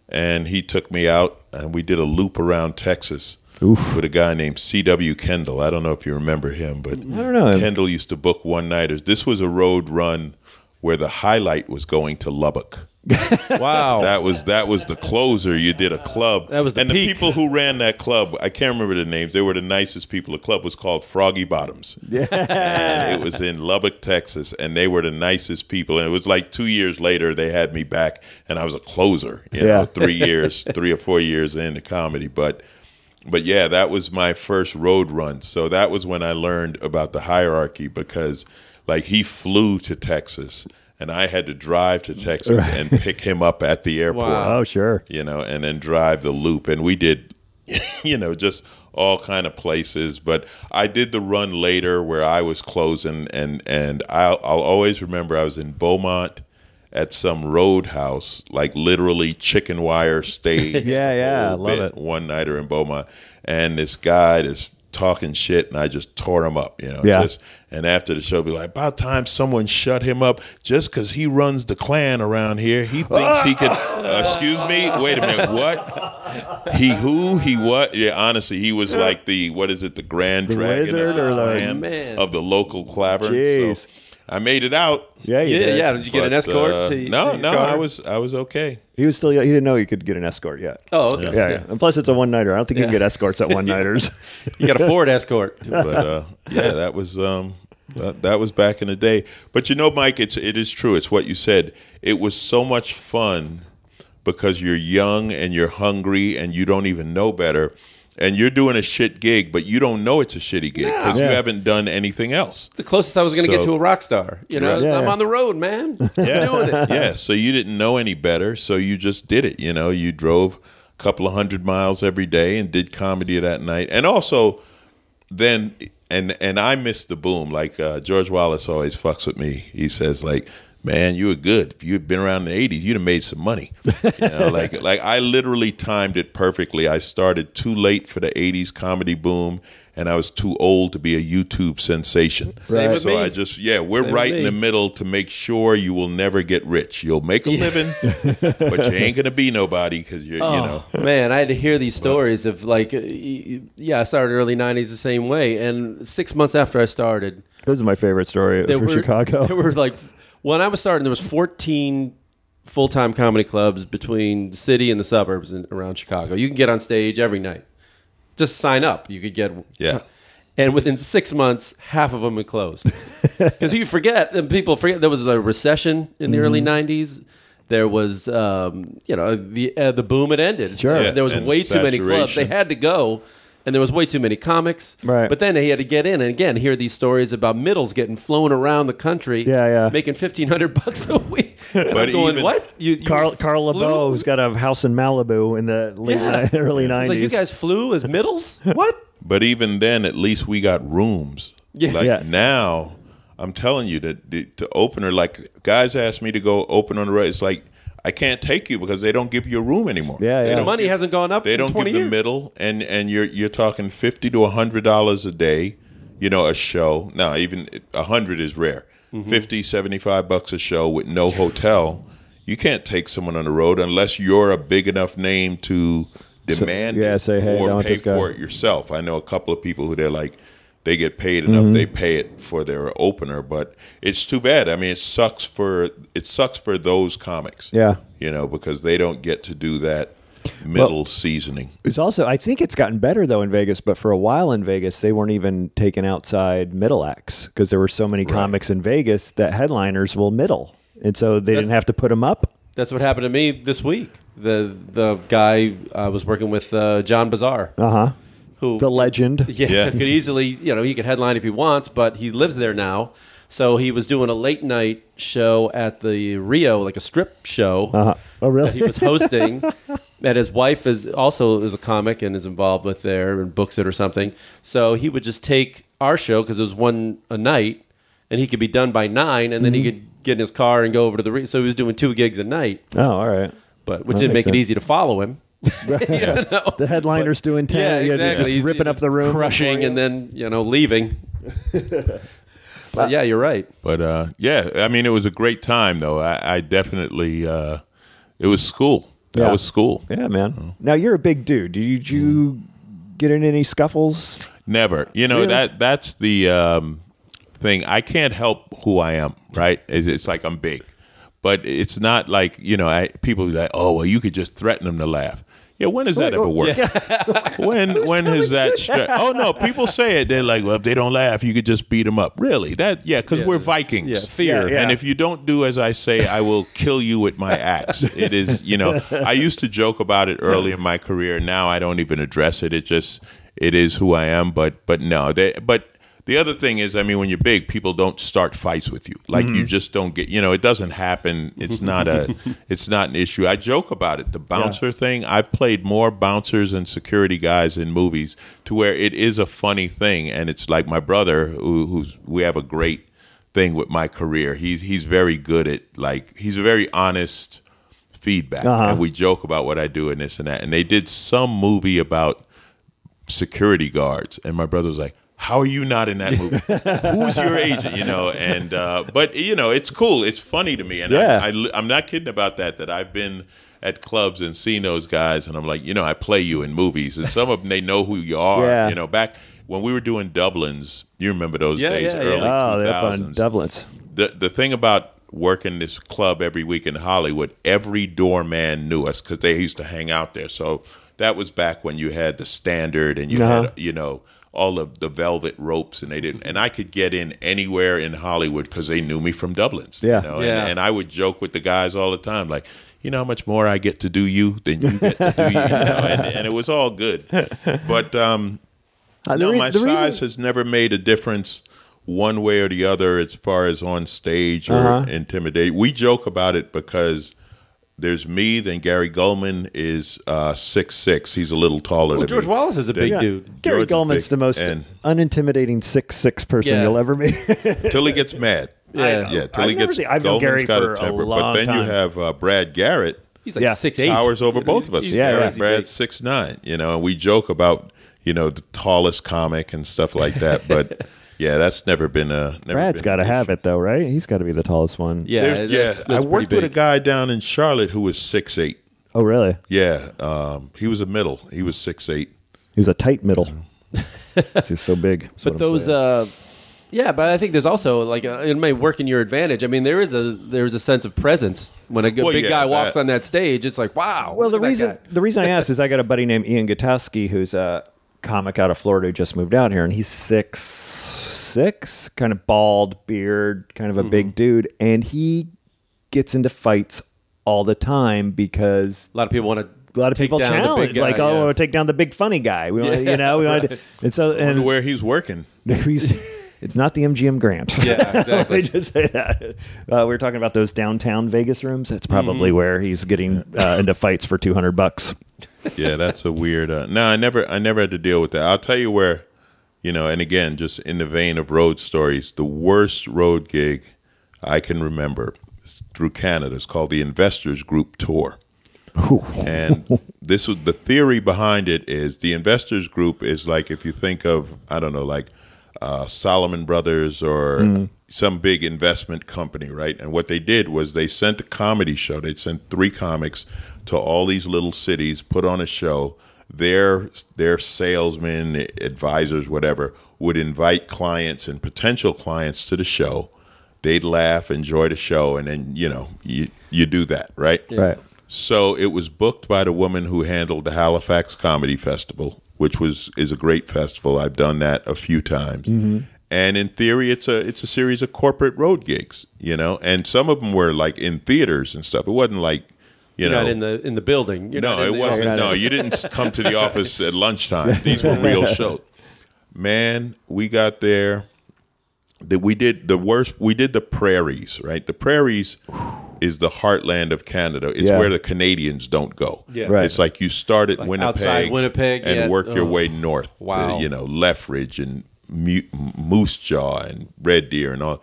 And he took me out and we did a loop around Texas with a guy named C.W. Kendall. I don't know if you remember him, but I don't know him. Kendall used to book one nighters. This was a road run where the highlight was going to Lubbock. [laughs] Wow. That was that was the closer. You did a club. That was the and peak. the people who ran that club. I can't remember the names. They were the nicest people. The club was called Froggy Bottoms. Yeah, [laughs] and it was in Lubbock, Texas, and they were the nicest people. And it was like two years later they had me back, and I was a closer. You know, Yeah. three years, three or four years into comedy, but. But yeah, that was my first road run. So that was when I learned about the hierarchy because, like, he flew to Texas and I had to drive to Texas and pick him up at the airport Wow. Oh, sure. you know, and then drive the loop. And we did, [laughs] you know, just all kind of places. But I did the run later where I was closing, and and I'll, I'll always remember I was in Beaumont at some roadhouse, like literally chicken wire stage. [laughs] Yeah, yeah, whole love bit, it. One nighter in Beaumont, and this guy is talking shit and I just tore him up, you know. Yeah. Just and after the show be like, about time someone shut him up just cause he runs the clan around here. He thinks [laughs] he could uh, excuse me, wait a minute, what? He who, he what? Yeah, honestly, he was like the what is it, the grand dragon wizard of the, or the- clan Man. of the local clavern. Jeez. So I made it out. Yeah, you yeah, did. yeah. Did you get an but, escort? uh, to, no, to your no, car? I was I was okay. He was still. He didn't know you could get an escort yet. Oh, okay. Yeah, yeah. And plus, it's a one nighter. I don't think you can [laughs] Yeah. get escorts at one [laughs] nighters. You got a Ford escort. [laughs] but uh, yeah, that was um, that, that was back in the day. But you know, Mike, it's it is true. It's what you said. It was so much fun because you're young and you're hungry and you don't even know better, and you're doing a shit gig, but you don't know it's a shitty gig because Yeah. you haven't done anything else. the closest I was going to get So- to a rock star. You know, Yeah. I'm on the road, [laughs] man. Yeah, doing it. [laughs] yeah. So you didn't know any better, so you just did it. You know, you drove a couple of hundred miles every day and did comedy that night, and also then and and I missed the boom. Like uh, George Wallace always fucks with me. He says like. Man, you were good. If you had been around in the '80s, you'd have made some [laughs] money. You know, like, like I literally timed it perfectly. I started too late for the '80s comedy boom, and I was too old to be a YouTube sensation. Same with so me. I just, yeah, we're right in me. the middle to make sure you will never get rich. You'll make a living, but you ain't gonna be nobody because you're, you know. man, I had to hear these stories of like, uh, y- y- yeah, I started early '90s the same way, and six months after I started, this is my favorite story there from were Chicago. There were like when I was starting, there was 14 full time comedy clubs between the city and the suburbs in, around Chicago. You can get on stage every night. Just sign up. You could get Yeah. [laughs] And within six months, half of them had [laughs] closed. Because you forget, and people forget, there was a recession in the Mm-hmm. early '90s. There was, um, you know, the uh, the boom had ended. Sure. there was And way too many clubs. They saturation. had to go, and there was way too many comics. Right. But then he had to get in, and again, hear these stories about middles getting flown around the country. Yeah, yeah. Making fifteen hundred [laughs] bucks a week. And But I'm going, even- what? You, you Carl Carl flew? LeBeau has got a house in Malibu in the late Yeah. ni- early It's like you nineties. guys flew as middles? What? But even then, at least we got rooms. Yeah. Like Yeah. now, I'm telling you that the, the opener, like guys asked me to go open on the road. It's like I can't take you because they don't give you a room anymore. [laughs] Yeah, They yeah. don't Money give- hasn't gone up They in don't 20 give the years. middle, and and you're you're talking fifty to hundred dollars a day. You know, a show. Now, even hundred is rare. Mm-hmm. Fifty, seventy-five 50, 75 bucks a show with no hotel. You can't take someone on the road unless you're a big enough name to demand yeah, it say, hey, I or want pay this guy. for it yourself. I know a couple of people who they're like, they get paid Mm-hmm. enough, they pay it for their opener, but it's too bad. I mean, it sucks for it sucks for those comics. Yeah. you know, because they don't get to do that middle Well- seasoning. It's also, I think it's gotten better though in Vegas, but for a while in Vegas, they weren't even taking outside middle acts because there were so many comics in Vegas that headliners will middle. And so they didn't have to put them up. That's what happened to me this week. The the guy I was working with, uh, John Bazaar, Uh huh. who The legend. yeah, Yeah. could easily you know he could headline if he wants, but he lives there now. So he was doing a late night show at the Rio, like a strip show. Uh-huh. Oh, really? that he was hosting. that his wife is also is a comic and is involved with there and books it or something. So he would just take our show because it was one a night, and he could be done by nine, and then he Mm-hmm. could get in his car and go over to the. Re- so he was doing two gigs a night, [laughs] Oh, all [laughs] right. but which That didn't make makes it sense. easy to follow him. The headliner's doing 10. Oh, Yeah, they're exactly. Just He's- ripping up the room. crushing, and then you know [laughs] leaving. but yeah, you're right. But uh, yeah, I mean, it was a great time though. I, I definitely, uh, it was school. Yeah. That was school. Yeah, Oh. man. Now you're a big dude. Did Mm. you get in any scuffles? Never. You know that that's the um, thing. I can't help who I am. Right? It's, it's like I'm big, but it's not like you know. I people be like, oh well, you could just threaten them to laugh. Yeah, when does that ever work? [laughs] When when has that? Stre- oh no, people say it. They're like, well, if they don't laugh, you could just beat them up. Really? That yeah, because Yeah, we're yeah. Vikings. Yeah, fear. Yeah, yeah. And if you don't do as I say, I will kill you with my axe. It is, you know, I used to joke about it early in my career. Now I don't even address it. It just, it is who I am. But, but no, they, but the other thing is, I mean, when you're big, people don't start fights with you. Like you just don't get, you know, it doesn't happen. It's not a, it's not an issue. I joke about it. The bouncer thing. I've played more bouncers and security guys in movies to where it is a funny thing. And it's like my brother, who, who's, we have a great, thing with my career. He's he's very good at like he's very honest feedback, Uh-huh. and we joke about what I do and this and that. And they did some movie about security guards, and my brother was like. How are you not in [laughs] that movie? Who's your agent? You know, and uh, but you know, it's cool. It's funny to me, and Yeah. I, I, li- I'm not kidding about that. That I've been at clubs and seen those guys, and I'm like, you know, I play you in movies, and some of them they know who you are. [laughs] Yeah. You know, back when we were doing Dublins, you remember those Yeah, days? yeah, yeah. early Oh, they're fun. 2000s Dublins. the the thing about working this club every week in Hollywood, every doorman knew us because they used to hang out there. So that was back when you had the standard and you Uh-huh. had you know all of the velvet ropes and they didn't and I could get in anywhere in Hollywood because they knew me from Dublin's. Yeah. You know? Yeah. And, and I would joke with the guys all the time, like, you know how much more I get to do you than you get to do you, you know, and, and it was all [laughs] good. But um Uh, no, re- my reason- size has never made a difference one way or the other as far as on stage or Uh-huh. intimidate. We joke about it because there's me, then Gary Goldman is uh, six six. He's a little taller Oh, Well, than George me. Wallace is a big dude. Gary George is Goldman's big the most and- unintimidating six six person Yeah. you'll ever [laughs] meet. till he gets [laughs] mad. Yeah. yeah. Till I've he never gets. seen- I've known Goldman's Gary got for a temper, long but then time. you have uh, Brad Garrett. He's like Yeah. six eight. towers over You know, both of he's- us. he's- Yeah, Yeah, yeah. he's Brad big. six nine. You know, and we joke about you know the tallest comic and stuff like that. [laughs] But yeah, that's never been a. Never Brad's been got to an have it though, right? He's got to be the tallest one. Yeah, There's- yeah, that's- that's I worked pretty with a big. guy down in Charlotte who was six eight. Oh, really? Yeah, um, he was a middle. He was six eight. He was a tight middle. [laughs] he was so big. is what but I'm those saying. uh yeah but i think there's also like uh, it may work in your advantage i mean there is a there's a sense of presence when a g- Well, big yeah, guy walks that- on that stage it's like wow well, the look at that reason guy. the reason I [laughs] asked is I got a buddy named Ian Gutowski who's a comic out of Florida who just moved out here, and he's six six, kind of bald beard, kind of a Mm-hmm. big dude, and he gets into fights all the time because a lot of people want to a lot of people down the big challenge, guy, like, oh, yeah. we want to take down the big funny guy. We want, to [laughs] you know, we want, to, and so And and where he's working. [laughs] he's, it's not the MGM Grant. [laughs] yeah Let me exactly just say that. Uh, we were talking about those downtown Vegas rooms. That's probably where he's getting uh, into fights for 200 bucks. yeah, that's a weird. Uh, no, I never, I never had to deal with that. I'll tell you where, you know, and again, just in the vein of road stories, the worst road gig I can remember through Canada. It's called the Investors Group Tour. and this was the theory behind it is the investors group is like if you think of I don't know like uh, Solomon Brothers or some big investment company, right? And what they did was they sent a comedy show. They sent three comics to all these little cities, put on a show. Their their salesmen, advisors, whatever, would invite clients and potential clients to the show. They'd laugh, enjoy the show, and then you know you you do that, right? Right. So it was booked by the woman who handled the Halifax Comedy Festival, which was is a great festival. I've done that a few times. And in theory, it's a it's a series of corporate road gigs, you know. And some of them were like in theaters and stuff. It wasn't like you know not in the in the building. You're no, not in it the- wasn't. You're not No, in- you didn't come to the office at lunchtime. These were [laughs] real shows. Man, we got there. That we did the worst. We did the prairies, right? The prairies is the heartland of Canada. It's Yeah. where the Canadians don't go. Yeah. Right. It's like you start at Winnipeg, outside Winnipeg, and yeah. work your Ugh. way north. Wow. To, you know, Lethbridge and Mu- Moose Jaw and Red Deer and all.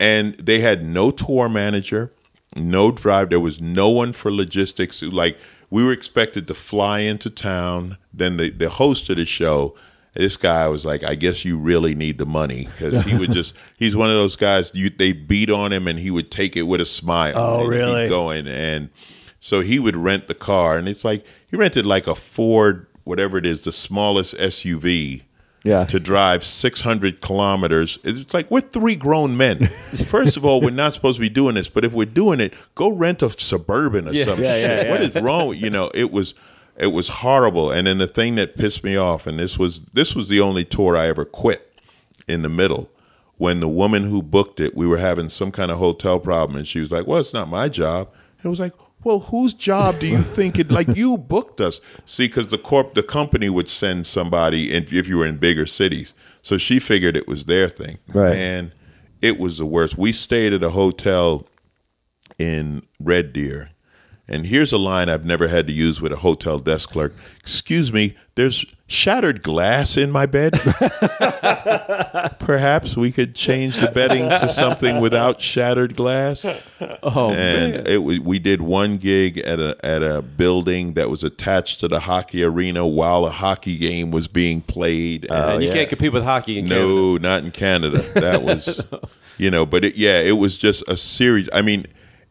And they had no tour manager, no drive. There was no one for logistics. Like we were expected to fly into town. Then the, the host of the show, this guy was like, "I guess you really need the money," because he would [laughs] just—he's one of those guys. You they beat on him, and he would take it with a smile. Oh, and keep really? going and so he would rent the car and it's like he rented like a ford whatever it is the smallest suv Yeah. to drive 600 kilometers it's like we're three grown [laughs] men first of all we're not supposed to be doing this but if we're doing it go rent a suburban or some Yeah, yeah, shit yeah. what is wrong with, you know it was it was horrible and then the thing that pissed me off and this was this was the only tour i ever quit in the middle when the woman who booked it, we were having some kind of hotel problem, and she was like, "Well, it's not my job." And it was like, "Well, whose job do you think it? Like you booked us, see? Because the corp, the company would send somebody if, if you were in bigger cities. So she figured it was their thing, Right. And it was the worst. We stayed at a hotel in Red Deer. And here's a line I've never had to use with a hotel desk clerk. Excuse me, there's shattered glass in [laughs] my bed. Perhaps we could change the bedding to something without shattered glass. Oh, And it, we we did one gig at a at a building that was attached to the hockey arena while a hockey game was being played. And- and you can't compete with hockey in Canada. Uh, no, not in Canada. [laughs] That was, you know, but it, yeah, it was just a series. I mean,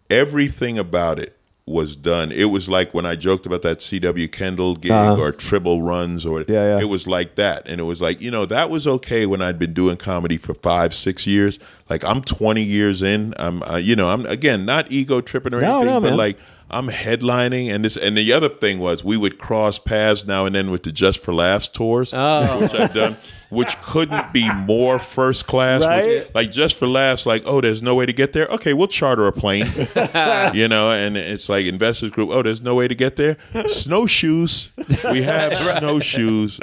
everything about it was done. It was like when I joked about that C.W. Kendall gig or Tribble Runs or Uh-huh. Yeah, yeah. it was like that. And it was like, you know, that was okay when I'd been doing comedy for five, six years. Like I'm 20 years in. I'm, uh, you know, I'm again, not ego tripping or No, anything, no, but man. like, I'm headlining, and this, and the other thing was we would cross paths now and then with the Just for Laughs tours, Oh. which I've done, which couldn't be more first class. which- Right? like Just for Laughs, like oh, there's no way to get there. Okay, we'll charter a [laughs] plane, you know. And it's like Investors Group. Oh, there's no way to get there. Snowshoes. We [laughs] have snowshoes.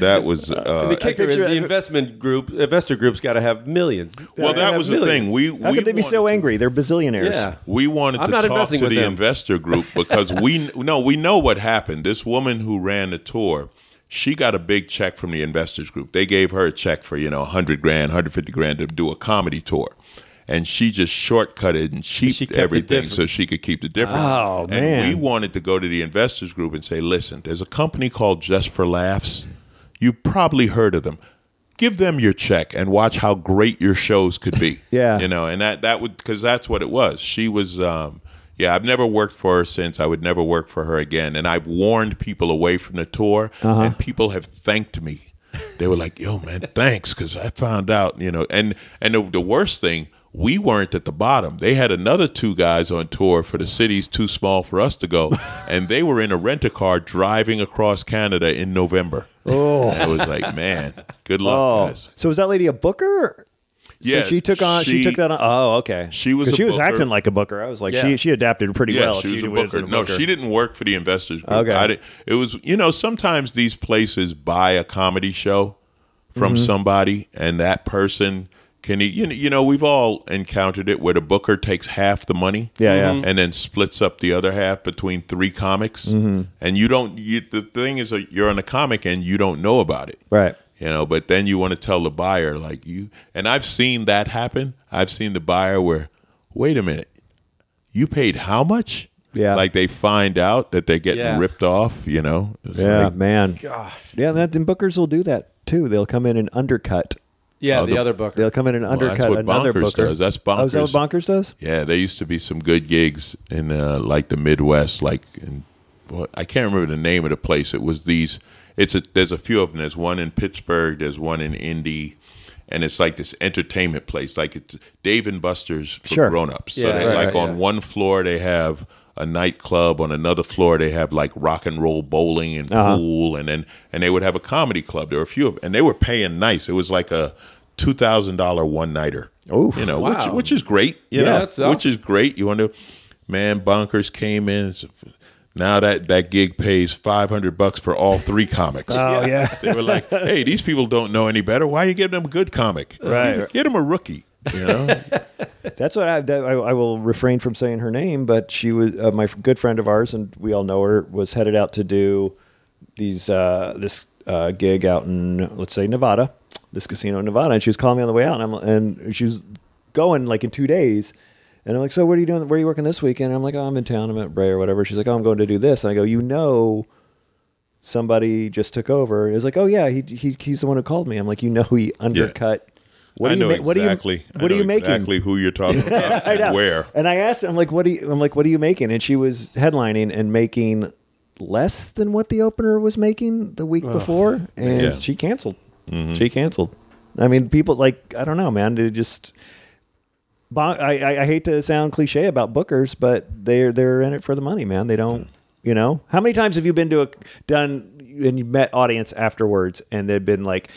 That was uh, The kicker is picture- the investment group, investor group's got to have millions. well. That was the thing. We How we could they be so wanted- angry? They're bazillionaires. Yeah. We wanted I'm to not talk investing to with the them. investor [laughs] group because we no, we know what happened. This woman who ran the tour, she got a big check from the investors group. They gave her a check for, you know, 100 grand, 150 grand to do a comedy tour. And she just shortcutted and cheaped She kept the everything difference. so she could keep the difference. Oh, and man. we wanted to go to the investors group and say, listen, there's a company called Just for Laughs. You probably heard of them. Give them your check and watch how great your shows could [laughs] be. Yeah. You know, know, and that that would because that's what it was. She was, um, yeah. I've never worked for her since. I would never work for her again. And I've warned people away from the tour, Uh-huh. and people have thanked me. They were like, "Yo, man, thanks," because I found out, you know. And and the, the worst thing, we weren't at the bottom. They had another two guys on tour for the cities too small for us to [laughs] go, and they were in a rent a car driving across Canada in November. Oh, I was like, man, good luck, Oh, guys. so was that lady a booker? Yeah, so she took on. She, she- took that on. Oh, okay. she was 'Cause a she was booker. acting like a booker. I was like, Yeah. she she adapted pretty yeah, well. she was a was booker. No, she didn't work for the investors group. Okay. I di- it was you know sometimes these places buy a comedy show from Mm-hmm. somebody, and that person can e- you know, you know we've all encountered it where the booker takes half the money, Yeah, yeah. Mhm. and then splits up the other half between three comics, Mm-hmm. and you don't. You, the thing is, that you're on the comic and you don't know about it Right. you know but then you want to tell the buyer like you and i've seen that happen i've seen the buyer where wait a minute you paid how much? Yeah. Like they find out that they're getting Yeah. ripped off, you know? It's Yeah, like- man. Yeah, that, and bookers will do that too. They'll come in and undercut. Yeah, Oh, the, the- other book. They'll come in and that's undercut what another Bonkers booker. does. That's Oh, is that what Bonkers. Bonkers does? Yeah, there used to be some good gigs in uh, like the Midwest, like in, well, I can't remember the name of the place. It was these. It's a there's a few of them. There's one in Pittsburgh. There's one in Indy, and it's like this entertainment place, like it's Dave and Buster's for Sure. grown-ups. So Yeah, they right, like right, on yeah. one floor they have a nightclub, on another floor they have like rock and roll bowling and Uh-huh. pool, and then and they would have a comedy club. There were a few of, and they were paying nice. It was like a two thousand dollar one nighter. Oof. you know, which Wow. which is great. You know, that's which awesome. is great. You want to, man, bonkers came in. Now that that gig pays five hundred bucks for all three comics. Oh, yeah. [laughs] they were like, "Hey, these people don't know any better. Why you give them a good comic? [laughs] Right. Get them a rookie." You know, That's what I, that, I I will refrain from saying her name, but she was uh, my good friend of ours, and we all know her. Was headed out to do these uh, this uh, gig out in let's say Nevada, this casino in Nevada, and she was calling me on the way out, and I'm and she was going like in two days, and I'm like, so what are you doing? Where are you working this weekend? And I'm like, oh, I'm in town. I'm at Bray or whatever. She's like, oh, I'm going to do this, and I go, you know. Somebody just took over. It was like, oh yeah, he, he he's the one who called me. I'm like, you know, he undercut. I do you know ma- [laughs] what do you- exactly. I What are know you making? Exactly who you're [laughs] talking about I and know. where. And I asked, I'm like, what do you? I'm like, what are you making? And she was headlining and making less than what the opener was making the week before, and Yeah. Mm-hmm. she canceled. She canceled. I mean, people like I don't know, man. They just. Bon- I, I I hate to sound cliche about bookers, but they're they're in it for the money, man. They don't, you know. How many times have you been to a done and you met audience afterwards, and they've been like,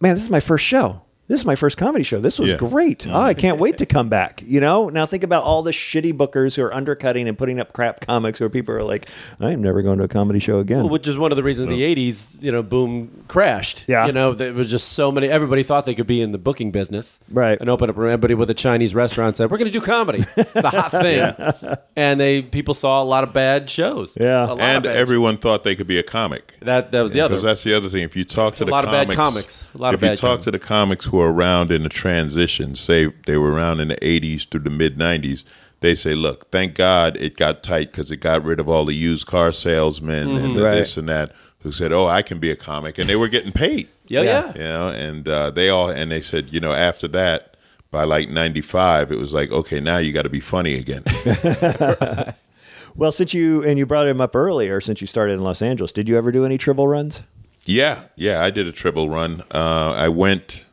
man, this is my first show. This is my first comedy show. This was Yeah. great. Oh, I can't [laughs] wait to come back. You know, now think about all the shitty bookers who are undercutting and putting up crap comics where people are like, I am never going to a comedy show again. which is one of the reasons the '80s, you know, boom crashed. Yeah. you know, there was just so many. Everybody thought they could be in the booking business, Right. And open up. Everybody with a Chinese restaurant said, "We're going to do comedy." It's the hot thing, and they people saw a lot of bad shows. Yeah. a lot And of bad everyone thought they could be a comic. that that was the other. Because that's the other thing. If you talk to A the lot of bad comics, comics. A lot of if you bad talk to the comics who are around in the transition, say they were around in the '80s through the mid '90s, they say, "Look, thank God it got tight because it got rid of all the used car salesmen Mm-hmm. and the Right. this and that who said, "Oh, I can be a comic," and they were getting paid. yeah, yeah. you know, and uh, they all and they said, you know, after that, by like '95, it was like, okay, now you got to be funny [laughs] again. well, since you and you brought him up earlier, since you started in Los Angeles, did you ever do any triple runs? yeah, yeah, I did a triple run. Uh, I went.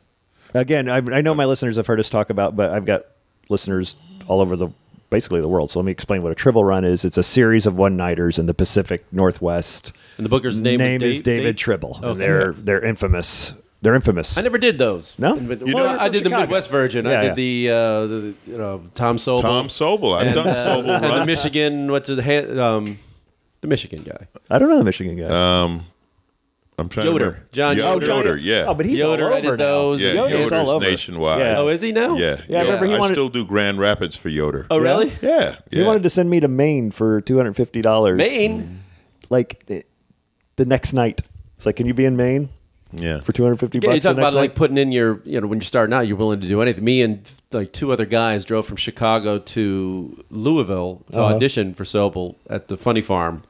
Again, I, I know my listeners have heard us talk about, but I've got listeners all over the basically the world. So let me explain what a triple run is. It's a series of one nighters in the Pacific Northwest. And the Booker's name, was Dave- is David Dave- Tribble. Okay. They're they're infamous. They're infamous. I never did those. No? And- but- You well, know, you're I from did the Chicago. Midwest version. Yeah, I yeah. did the, uh, the you know Tom Sobel. Tom Sobel. I've and, done uh, Sobel and the runs. Michigan. What's the hand, um, the Michigan guy? I don't know the Michigan guy. I'm trying Yoder. to remember. John Yo- Yoder. Yoder. yeah. Oh, but he's Yoder, all I over did now. those. yeah, Yoder is Yoder's all over. nationwide. Yeah. Oh, is he now? Yeah, Yeah, I remember he I wanted- still do Grand Rapids for Yoder. Oh, really? Yeah, yeah. He wanted to send me to Maine for two hundred fifty dollars. Maine. like the- the next night. It's like, can you be in Maine yeah. for two hundred fifty Yeah, bucks? you talk the about next like night? putting in your, you know, when you're starting out, you're willing to do anything. Me and like two other guys drove from Chicago to Louisville to Uh-huh. audition for Sobel at the Funny Farm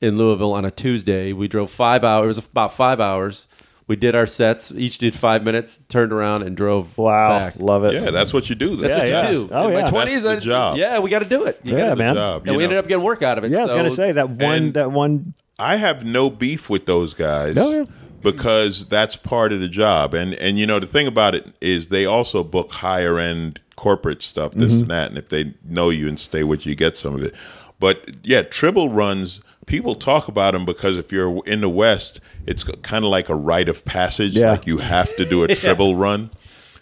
in Louisville on a Tuesday. We drove five hours. It was about five hours. We did our sets. Each did five minutes. Turned around and drove. wow, back. love it. yeah, that's what you do. That's what the you job. do. In Oh, yeah. my That's twenties, the job. Yeah, we got to do it. You Yeah, gotta- That's the man. job, And you we ended know. up getting work out of it. Yeah, I was gonna so- say that one. And- that one. I have no beef with those guys No, yeah. because that's part of the job. And and you know the thing about it is they also book higher end corporate stuff, this Mm-hmm. and that. And if they know you and stay with you, you get some of it. But yeah, triple runs. People talk about them because if you're in the West, it's kind of like a rite of passage. [laughs] Yeah. Like you have to do a triple run.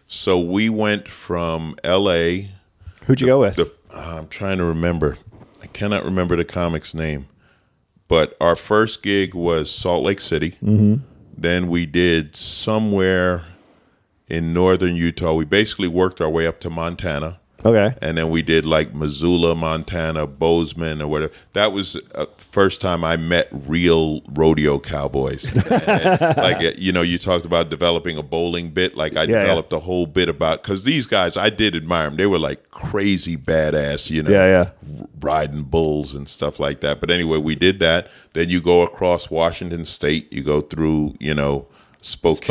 So we went from L.A. Who'd you go with? The, I'm trying to remember. I cannot remember the comic's name. But our first gig was Salt Lake City. Then we did somewhere in northern Utah. We basically worked our way up to Montana. Okay. and then we did like Missoula, Montana, Bozeman, or whatever. That was uh, first time I met real rodeo cowboys. [laughs] And, like uh, you know, you talked about developing a bowling bit. Like I Yeah, yeah. developed a whole bit about because these guys, I did admire them. They were like crazy badass. You know, Yeah, yeah. r- riding bulls and stuff like that. But anyway, we did that. Then you go across Washington State. You go through, you know, Spokane,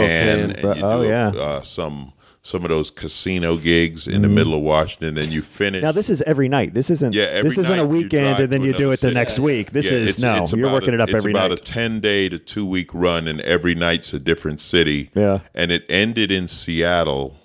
Spokane, and bro. you Oh, do yeah. uh, some some of those casino gigs in the middle of Washington, and you finish. Now this is every night. This isn't. yeah, every this isn't night a you weekend, drive and then to you do another it the city. next week. This Yeah, is it's- no. it's you're about working a- it up it's every about night. a ten day to two week run, and every night's a different city. Yeah. and it ended in Seattle,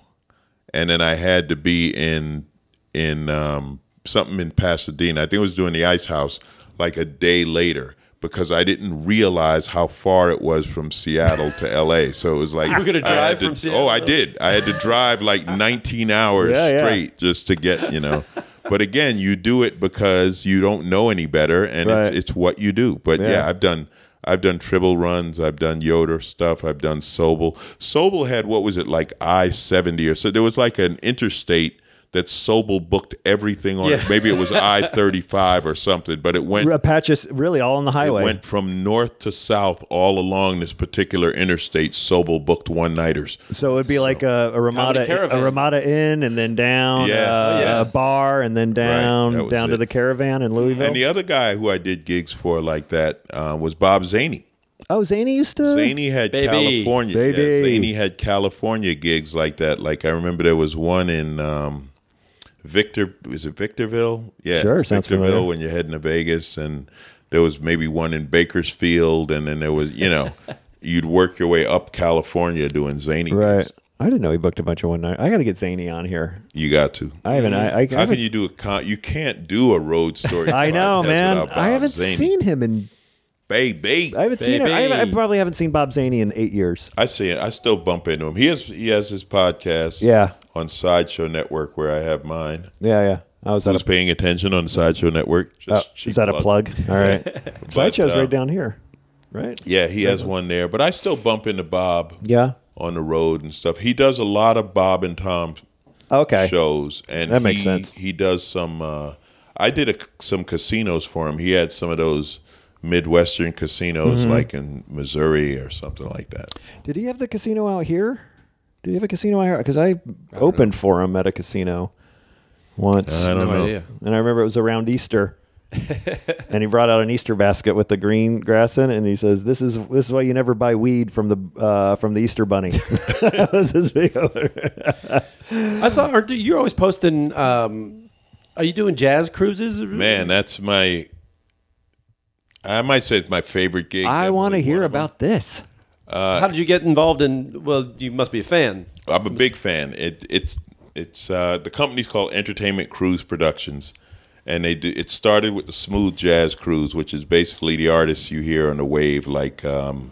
and then I had to be in in um, something in Pasadena. I think I was doing the Ice House like a day later. Because I didn't realize how far it was from Seattle to L.A., so it was like you were gonna drive from Seattle? Oh, I did. I had to drive like 19 hours [laughs] Yeah, yeah. straight just to get you know but again you do it because you don't know any better and Right. it's, it's what you do but yeah. Yeah. i've done i've done tribble runs i've done yoder stuff i've done sobel sobel had what was it like i-70 or so there was like an interstate that sobel booked everything on it maybe it [laughs] was i-35 or something but it went Apaches really all on the it highway. went from north to south all along this particular interstate. Sobel booked one nighters. so it'd be like a, a Ramada, caravan. a Ramada Inn, and then down Yeah. uh, Oh, yeah. a bar, and then down that was down to it. the caravan in Louisville. And the other guy who I did gigs for like that uh, was Bob Zaney. oh, Zany used to. Zany had Baby. California. yeah, Baby. Zany had California gigs like that. Like I remember there was one in um, Victor. Was it Victorville? Yeah, Sure, sounds Victorville. familiar. When you're heading to Vegas, and there was maybe one in Bakersfield, and then there was you know, [laughs] you'd work your way up California doing Zany. Right. gigs. I didn't know he booked a bunch of one night. I got to get Zany on here. You got to. I haven't. I, I, I Mm-hmm. How haven't- can you do a con? You can't do a road story. [laughs] I know, podcast man. without I Bob haven't Zaney. seen him in. Baby. I haven't seen. Him, I, haven't- I Baby. probably haven't seen Bob Zany in eight years. I see it. I still bump into him. He has he has his podcast. Yeah. On Sideshow Network, where I have mine. Yeah, yeah. I was at Who's a. paying attention on Sideshow Network? Oh, cheap is that a plug? [laughs] All right. But, Sideshow's uh, right down here, right? Yeah, he has one there. But I still bump into Bob Yeah. on the road and stuff. He does a lot of Bob and Tom Okay. shows, and That makes he- sense. He does some. Uh, I did a, some casinos for him. He had some of those midwestern casinos, Mm-hmm. like in Missouri or something like that. Did he have the casino out here? Did he have a casino out here? Because I opened for him at a casino once, Uh, I don't No know. idea. and I remember it was around [laughs] Easter. and he brought out an Easter basket with the green grass in, it, and he says, "This is this is why you never buy weed from the uh, from the Easter [laughs] bunny." that was his big I saw. Or do, you're always posting. Um, are you doing jazz cruises? Man, that's my. I might say it's my favorite gig. [laughs] I want to definitely hear one of them. about this. How did you get involved in? Well, you must be a fan. I'm a big fan. It it's it's uh, the company's called Entertainment Cruise Productions, and they do. It started with the smooth jazz cruise, which is basically the artists you hear on the wave, like um,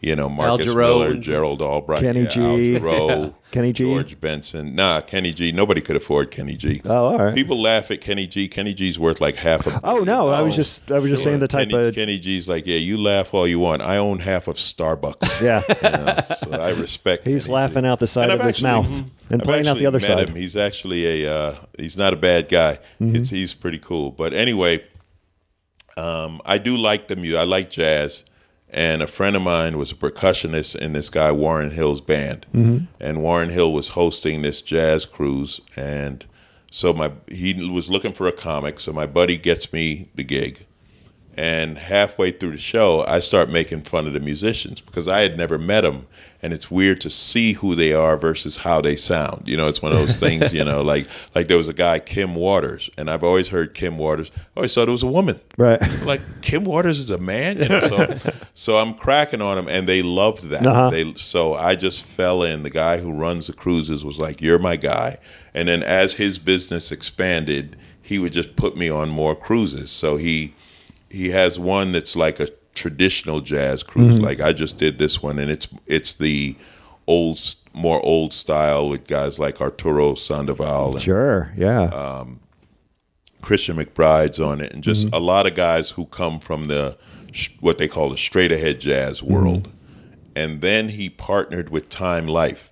you know Marcus Jarreau Miller, and- Gerald Albright, Kenny yeah, G. Al Jarreau, [laughs] Kenny G. George Benson. Nah, Kenny G. Nobody could afford Kenny G. Oh, all right. People laugh at Kenny G. Kenny G's worth like half a. Oh no, I was just I was just Sure. saying the type Kenny, of Kenny G's like, yeah, you laugh all you want. I own half of [laughs] Starbucks. [laughs] yeah. You know, so I respect. He's Kenny G. laughing out the side And of I've his actually- Mhm. mm-hmm. mouth and I've playing out actually the other met side. Mm-hmm. Him. He's actually a uh, he's not a bad guy. It's, he's pretty cool. But anyway, um, I do like the music. I like jazz. And a friend of mine was a percussionist in this guy Warren Hill's band, Mm-hmm. and Warren Hill was hosting this jazz cruise, and so my he was looking for a comic, so my buddy gets me the gig, and halfway through the show, I start making fun of the musicians because I had never met them. And it's weird to see who they are versus how they sound. You know, it's one of those things, you know, like like there was a guy, Kim Waters, and I've always heard Kim Waters. I always thought it was a woman. Right. [laughs] Like Kim Waters is a man. You know, so, so I'm cracking on them, and they loved that. They so I just fell in. The guy who runs the cruises was like, "You're my guy." And then as his business expanded, he would just put me on more cruises. So he he has one that's like a traditional jazz cruise. Like I just did this one, and it's it's the old, more old style with guys like Arturo Sandoval and Sure. Yeah. Uh, Christian McBride's on it, and just a lot of guys who come from the sh- what they call the straight ahead jazz world. And then he partnered with Time Life.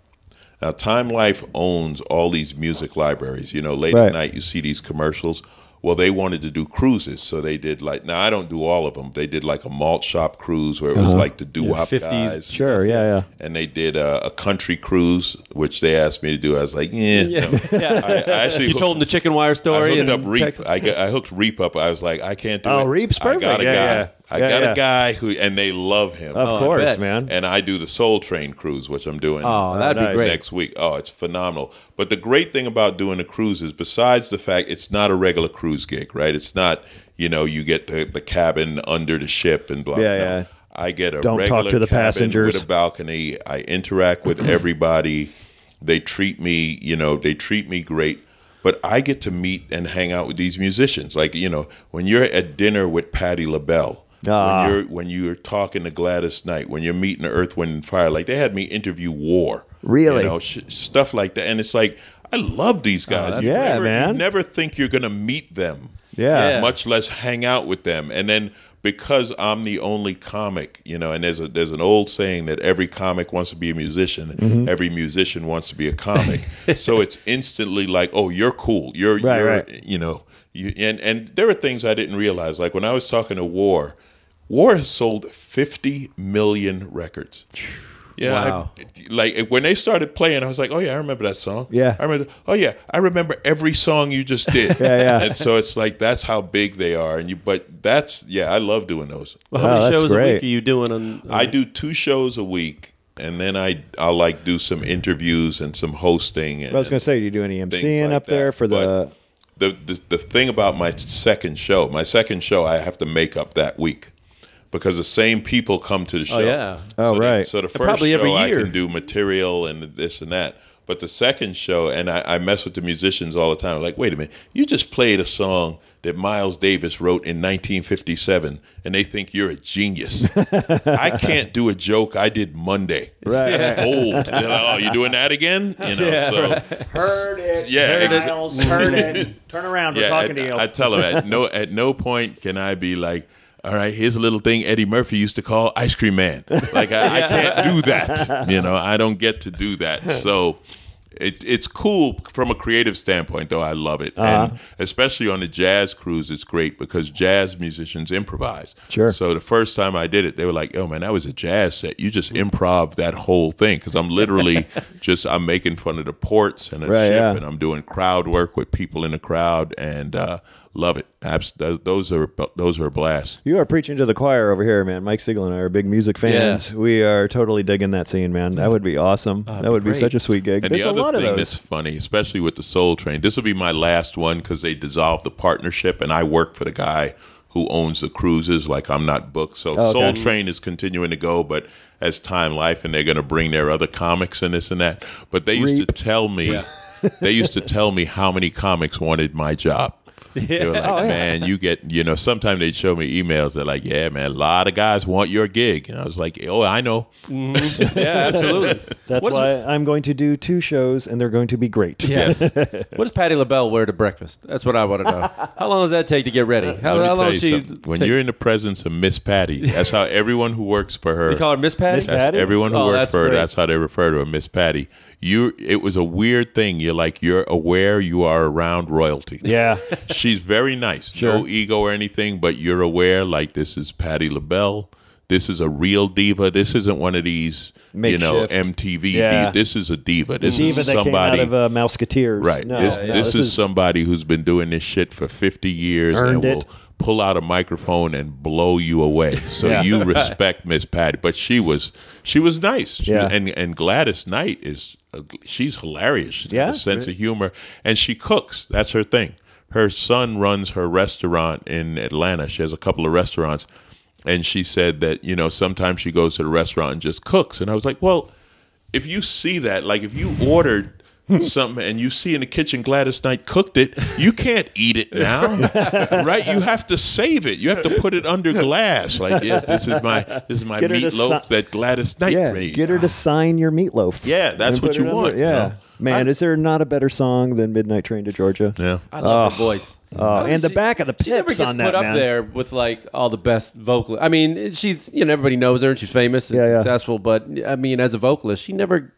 Now, Time Life owns all these music libraries. You know, late Right. at night, you see these commercials. Well, they wanted to do cruises, so they did like. Now, I don't do all of them. They did like a malt shop cruise where it was like the doo wop 50s, guys. Sure, yeah, yeah. And they did a, a country cruise, which they asked me to do. I was like, eh, no. [laughs] Yeah. Yeah. I, I actually You hooked- told him the chicken wire I story. hooked and up Reap. Texas- I, got- I hooked Reap up. I was like, I can't do Oh, it. Reap's I got perfect. a Yeah, guy. yeah. I Yeah, got yeah. a guy who, and they love him. Of Oh, I course, bet. man. And I do the Soul Train cruise, which I'm doing. Oh, that'd Oh, be nice. great. Next week. Oh, it's phenomenal. But the great thing about doing the cruise is, besides the fact it's not a regular cruise gig, right? It's not, you know, you get the, the cabin under the ship and blah, Yeah, no. yeah. I get a Don't talk regular to the cabin passengers. with a balcony. I interact with everybody. They treat me, you know, they treat me great. But I get to meet and hang out with these musicians. Like, you know, when you're at dinner with Patti LaBelle, Ah. when you're when you're talking to Gladys Knight, when you're meeting Earth, Wind and Fire, like they had me interview War, Really? you know, sh- stuff like that. And it's like I love these guys. you yeah, never, you man. never think you're gonna meet them, Yeah. Yeah. much less hang out with them. And then because I'm the only comic, you know, and there's a there's an old saying that every comic wants to be a musician, Mm-hmm. every musician wants to be a [laughs] comic. so it's instantly like, oh, you're cool, you're Right, you're right. you know you, and and there were things i didn't realize like when i was talking to war war has sold 50 million records yeah I- Wow. like when they started playing i was like oh yeah i remember that song Yeah. i remember oh yeah i remember every song you just did [laughs] yeah. and so it's like that's how big they are and you but that's yeah i love doing those Well, how Wow, many Oh, that's shows a great. week are you doing? On, I do two shows a week, and then I I'll like do some interviews and some hosting. And, I was going to say, do you do any MCing like up there that, for the? the, the the thing about my second show, my second show, I have to make up that week because the same people come to the show. yeah. Oh, so right. The, so the first probably show every I year. can do material and this and that, but the second show, and I, I mess with the musicians all the time. Like, wait a minute, you just played a song that Miles Davis wrote in 1957, and they think you're a [laughs] genius. I can't do a joke I did Monday. [laughs] Right. [laughs] That's old. You know, oh, you doing that again? You know. so Heard it. Yeah, Heard it. Miles, Heard it. [laughs] Turn around. We're at- I tell him [laughs] at no at no point can I be like, all right, here's a little thing Eddie Murphy used to call ice cream man. Like I, I can't do [laughs] that. You know, I don't get to do that. So it, it's cool from a creative standpoint, though. I love it, Uh-huh. and especially on the jazz cruise, it's great because jazz musicians improvise. Sure. So the first time I did it, they were like, "Oh man, that was a jazz set. You just improv that whole thing." Because I'm [laughs] literally just I'm making fun of the ports and the Right, ship, yeah. and I'm doing crowd work with people in the crowd, and uh, love it. Abs- th- those are those are a blast. You are preaching to the choir over here, man. Mike Siegel and I are big music fans. Yeah. We are totally digging that scene, man. That would be awesome. that would be Oh, great. such a sweet gig. And There's the a other lot of thing those. that's funny, especially with the Soul Train, this will be my last one because they dissolved the partnership, and I work for the guy who owns the cruises. Like I'm not booked, so okay. Soul Train is continuing to go, but as time life, and they're going to bring their other comics and this and that. But they used to tell me, [laughs] they used to tell me how many comics wanted my job. They were like, Oh, man, you get, you know, sometimes they'd show me emails. They're like, yeah, man, a lot of guys want your gig. And I was like, oh, I know. yeah, absolutely. That's What is- why I'm going to do two shows, and they're going to be great. [laughs] Yeah. [laughs] what does Patty LaBelle wear to breakfast? That's what I want to know. How long does that take to get ready? How, Let me how tell long you does she? something. when take- you're in the presence of Miss [laughs] Patty, that's how everyone who works for her. you call her Miss Patty? Miss that's Patty? everyone who Oh, works that's for her. great. That's how they refer to her, Miss Patty. You, it was a weird thing. You're like you're aware you are around royalty. Yeah. she's very nice, no ego or anything, but you're aware like this is Patty LaBelle. This is a real diva. This isn't one of these, you know, Makeshift. MTV. Yeah. Diva. This is a diva. This Diva is that came somebody out of uh, Mouseketeers. Right. No, this no, this, is, somebody who's been doing this shit for 50 years Earned and will it. pull out a microphone and blow you away. So Yeah. [laughs] you respect Miss Patty, but she was she was nice. She- Yeah. and and Gladys Knight is uh, she's hilarious. She's Yeah. got a sense of humor and she cooks. That's her thing. Her son runs her restaurant in Atlanta. She has a couple of restaurants. And she said that, you know, sometimes she goes to the restaurant and just cooks. And I was like, well, if you see that, like if you ordered something and you see in the kitchen Gladys Knight cooked it, you can't eat it now, right? You have to save it. You have to put it under glass. Like yes, this is my this is my Get her to meatloaf si- that Gladys Knight Yeah, made. get her to sign your meatloaf. Yeah, that's And what put you it on want, there. you Yeah, know? man, is there not a better song than "Midnight Train to Georgia"? yeah. I love her voice. Oh, and the She- back of the She never pips gets on that put up man. there with like all the best vocal. I mean, it- she's you know everybody knows her and she's famous and Yeah, yeah. successful, but I mean, as a vocalist, she never.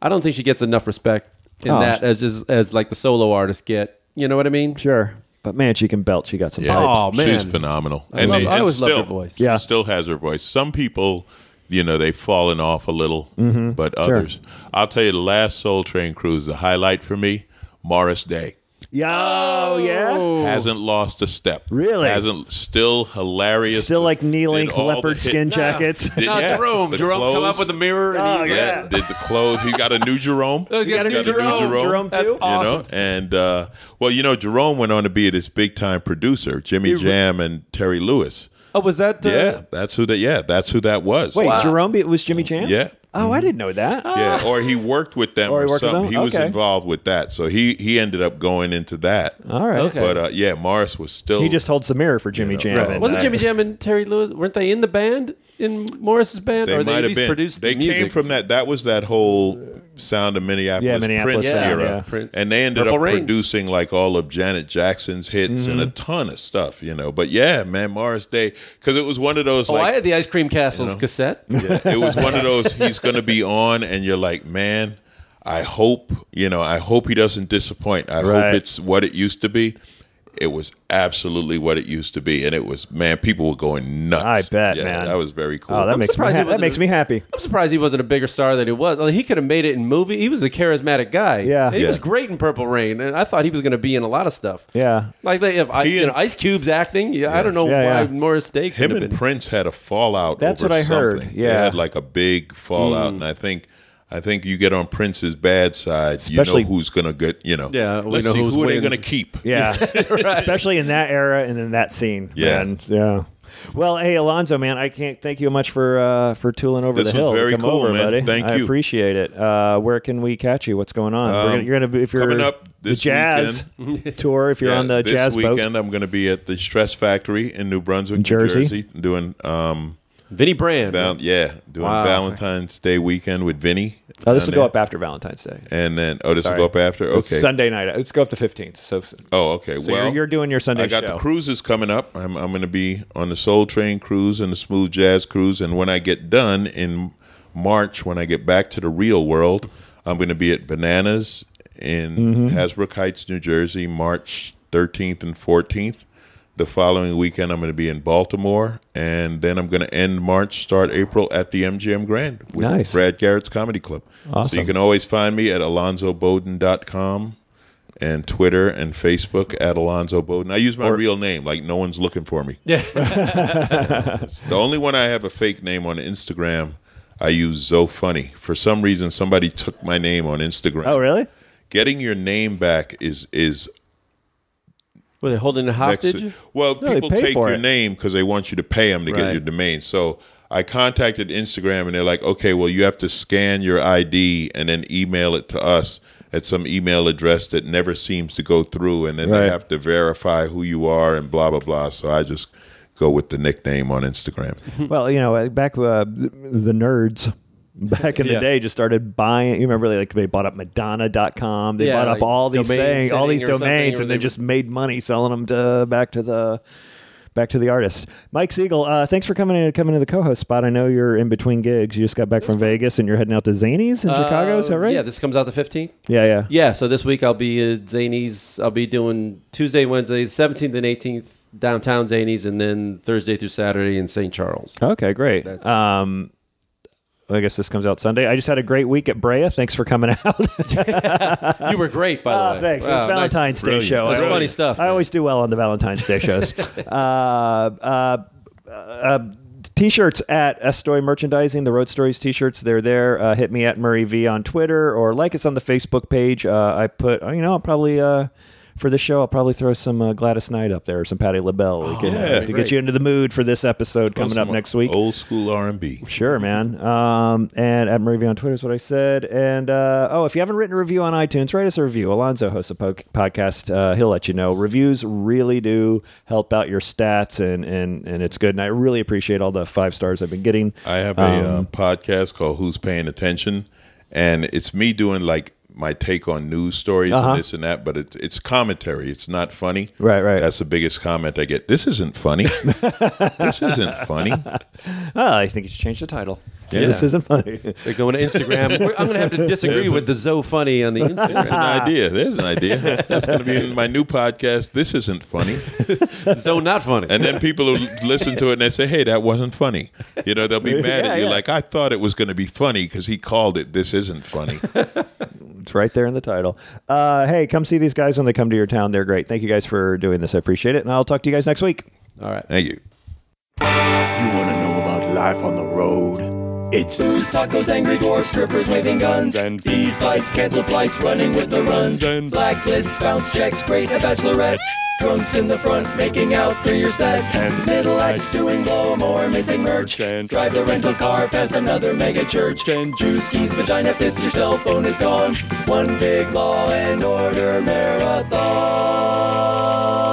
I don't think she gets enough respect in Oh, that she- as just as like the solo artists get. You know what I mean? Sure. But man, she can belt. She got some Yeah. pipes. Oh, man. she's phenomenal. I love- I always loved her voice. She Yeah. still has her voice. Some people, you know, they've fallen off a little, but others. I'll tell you, the last Soul Train cruise, the highlight for me, Morris Day Yeah. Oh, yeah. hasn't lost a step. Really? hasn't. Still hilarious. Still like knee Did length all the leopard hit- skin jackets. [laughs] Did- No, yeah, Jerome. the Jerome come clothes. up with a mirror. And Oh, he, Yeah, yeah. did the clothes. He got a new Jerome. [laughs] Oh, he's got a He new Jerome. Jerome, That's too? you know? awesome. and uh, well, you know, Jerome went on to be this big time producer, Jimmy Jam and Terry Lewis. Oh, was that? The, yeah, that's who that. Yeah, that's who that was. Wait, Jerome, it was Jimmy Jam? Yeah. Oh, I didn't know that. Yeah, or he worked with them Or or, he worked with something. them? He was Okay. involved with that, so he he ended up going into that. All right. Okay. But uh, yeah, Morris was still. He just holds the mirror for Jimmy know, Jam. right. and- Wasn't Nah. Jimmy Jam and Terry Lewis? Weren't they in the band in Morris's band? they or might they at have least been. produced they the music. came from that. That was that whole sound of Minneapolis, Yeah, Minneapolis Prince sound, era, yeah. Prince. and they ended Purple up Rain. producing like all of Janet Jackson's hits and a Mm-hmm. ton of stuff, you know. But yeah, man, Morris Day, because it was one of those Oh, I like had the Ice Cream Castles [laughs] cassette. Yeah, [laughs] it was one of those he's going to be on and you're like man i hope you know i hope he doesn't disappoint i Right. hope it's what it used to be it was absolutely what it used to be and it was man people were going I nuts bet, yeah, man. that was very cool Oh, that makes me surprised ha- he that wasn't makes a- me happy. I'm surprised he wasn't a bigger star than he was. Like, he could have made it in movie. He was a charismatic guy. Yeah. And he Yeah. was great in Purple Rain, and I thought he was going to be in a lot of stuff. Yeah. Like they, if I, He you know, and- Ice Cube's acting, yeah, I don't know Yeah, why yeah. Morris Day could him have and been. prince had a fallout That's over what I heard, something. yeah. Mm. they had like a big fallout and i think I think you get on Prince's bad side, Especially- you know who's going to get, you know. Yeah, we let's know see who's who wins. they're going to keep. [laughs] Yeah. Especially in that era and in that scene. Yeah. man. Yeah. Well, hey Alonzo, man, I can't thank you much for uh, for tooling over This the was hill. to very Come cool, over, man. buddy. Thank I you. appreciate it. Uh, where can we catch you? What's going on? We're Um, gonna- you're gonna be if you're coming up the this jazz [laughs] tour. If you're on the this jazz weekend, boat, I'm going to be at the Stress Factory in New Brunswick, New Jersey. Jersey doing um, Vinnie Brand. Val- yeah, doing Wow. Valentine's Day weekend with Vinny. oh, this will And go then- up after Valentine's Day. And then, oh, this Sorry. will go up after? It's Okay. Sunday night. Let's go up to 15th. So, so Oh, okay. you're- well, you're, doing your Sunday I got show. the cruises coming up. I'm, I'm going to be on the Soul Train cruise and the Smooth Jazz cruise. And when I get done in March, when I get back to the real world, I'm going to be at Bananas in Mm-hmm. Hasbrook Heights, New Jersey, March 13th and 14th. The following weekend, I'm going to be in Baltimore, and then I'm going to end March, start April at the MGM Grand with Nice. Brad Garrett's Comedy Club. So Awesome. you can always find me at alonzoboden.com and Twitter and Facebook at Alonzo Bowden. I use my real name, like no one's looking for [laughs] me. Yeah. [laughs] the only one I have a fake name on Instagram, I use Zo Funny. For some reason, somebody took my name on Instagram. oh, really? Getting your name back is is Were they holding it next to- hostage? well, No, they people pay take for your it. name because they want you to pay them to Right. get your domain. So. I contacted Instagram and they're like, okay, well, you have to scan your ID and then email it to us at some email address that never seems to go through. And then Right. they have to verify who you are and blah, blah, blah. So I just go with the nickname on Instagram. Well, you know, uh, back uh, the nerds back in the Yeah. day just started buying. You remember, like they bought up Madonna.com. They Yeah, bought up like all these domain things, all these setting or something, domains, or and they- they just made money selling them to back to the back to the artist. Mike Siegel, uh, thanks for coming in coming to the co-host spot. I know you're in between gigs. You just got back from Vegas, and you're heading out to Zanies in Chicago. Is that Uh, right? Yeah, this comes out the 15th. yeah, yeah. Yeah, so this week I'll be at Zanies. I'll be doing Tuesday, Wednesday, the 17th and 18th downtown Zanies, and then Thursday through Saturday in St. Charles. Okay, great. That's- um, I guess this comes out Sunday. I just had a great week at Brea. Thanks for coming [laughs] out. You were great, by the Ah, way. thanks. it was Wow, nice. Valentine's Day Brilliant. show. That's I funny always- stuff, I man. always do well on the Valentine's [laughs] Day shows. uh, uh, uh, T-shirts at Estoy Merchandising, the Road Stories T-shirts. They're there. Uh, hit me at Murray V on Twitter or like us on the Facebook page. Uh, I put, you know, I'll probably uh, for this show, I'll probably throw some uh, Gladys Knight up there or some Patty LaBelle we can, uh, to get Oh, great. you into the mood for this episode coming up Some next week. Old school R&B. Sure, man. Um, and at Marie V on Twitter is what I said. And uh, oh, if you haven't written a review on iTunes, write us a review. Alonzo hosts a po- podcast. Uh, he'll let you know. Reviews really do help out your stats, and and and it's good. And I really appreciate all the five stars I've been getting. um, Um, I have a uh, podcast called Who's Paying Attention, and it's me doing like my take on news stories and this and that, but it's it's commentary. It's not funny. Uh-huh. Right, right. That's the biggest comment I get. This isn't [laughs] funny. this isn't funny. Ah, I think you should change the title. Yeah. This isn't [laughs] funny. They go on Instagram. We're- I'm going to have to disagree with the Zo Funny on the There's an Instagram. idea. There's an idea. That's going to be in my new podcast. This isn't funny. Zo Not Funny. And then people who listen to it and they say, "Hey, that wasn't funny." You know, they'll be mad Yeah, at you. yeah. Like I thought it was going to be funny because he called it. This isn't funny. It's right there in the title. Uh, hey, come see these guys when they come to your town. They're great. Thank you guys for doing this. I appreciate it. And I'll talk to you guys next week. All right. Thank you. You want to know about life on the road? It's Booze, tacos, angry dwarfs, strippers waving guns, And- fees, fights, cancel flights, running with the runs, And- blacklists, bounce checks, great a bachelorette, drunks in the front, making out through your set, And- middle acts doing blow more, missing merch, And- drive the rental car past another mega church, And- juice keys, vagina fists, your cell phone is gone, one big law and order marathon.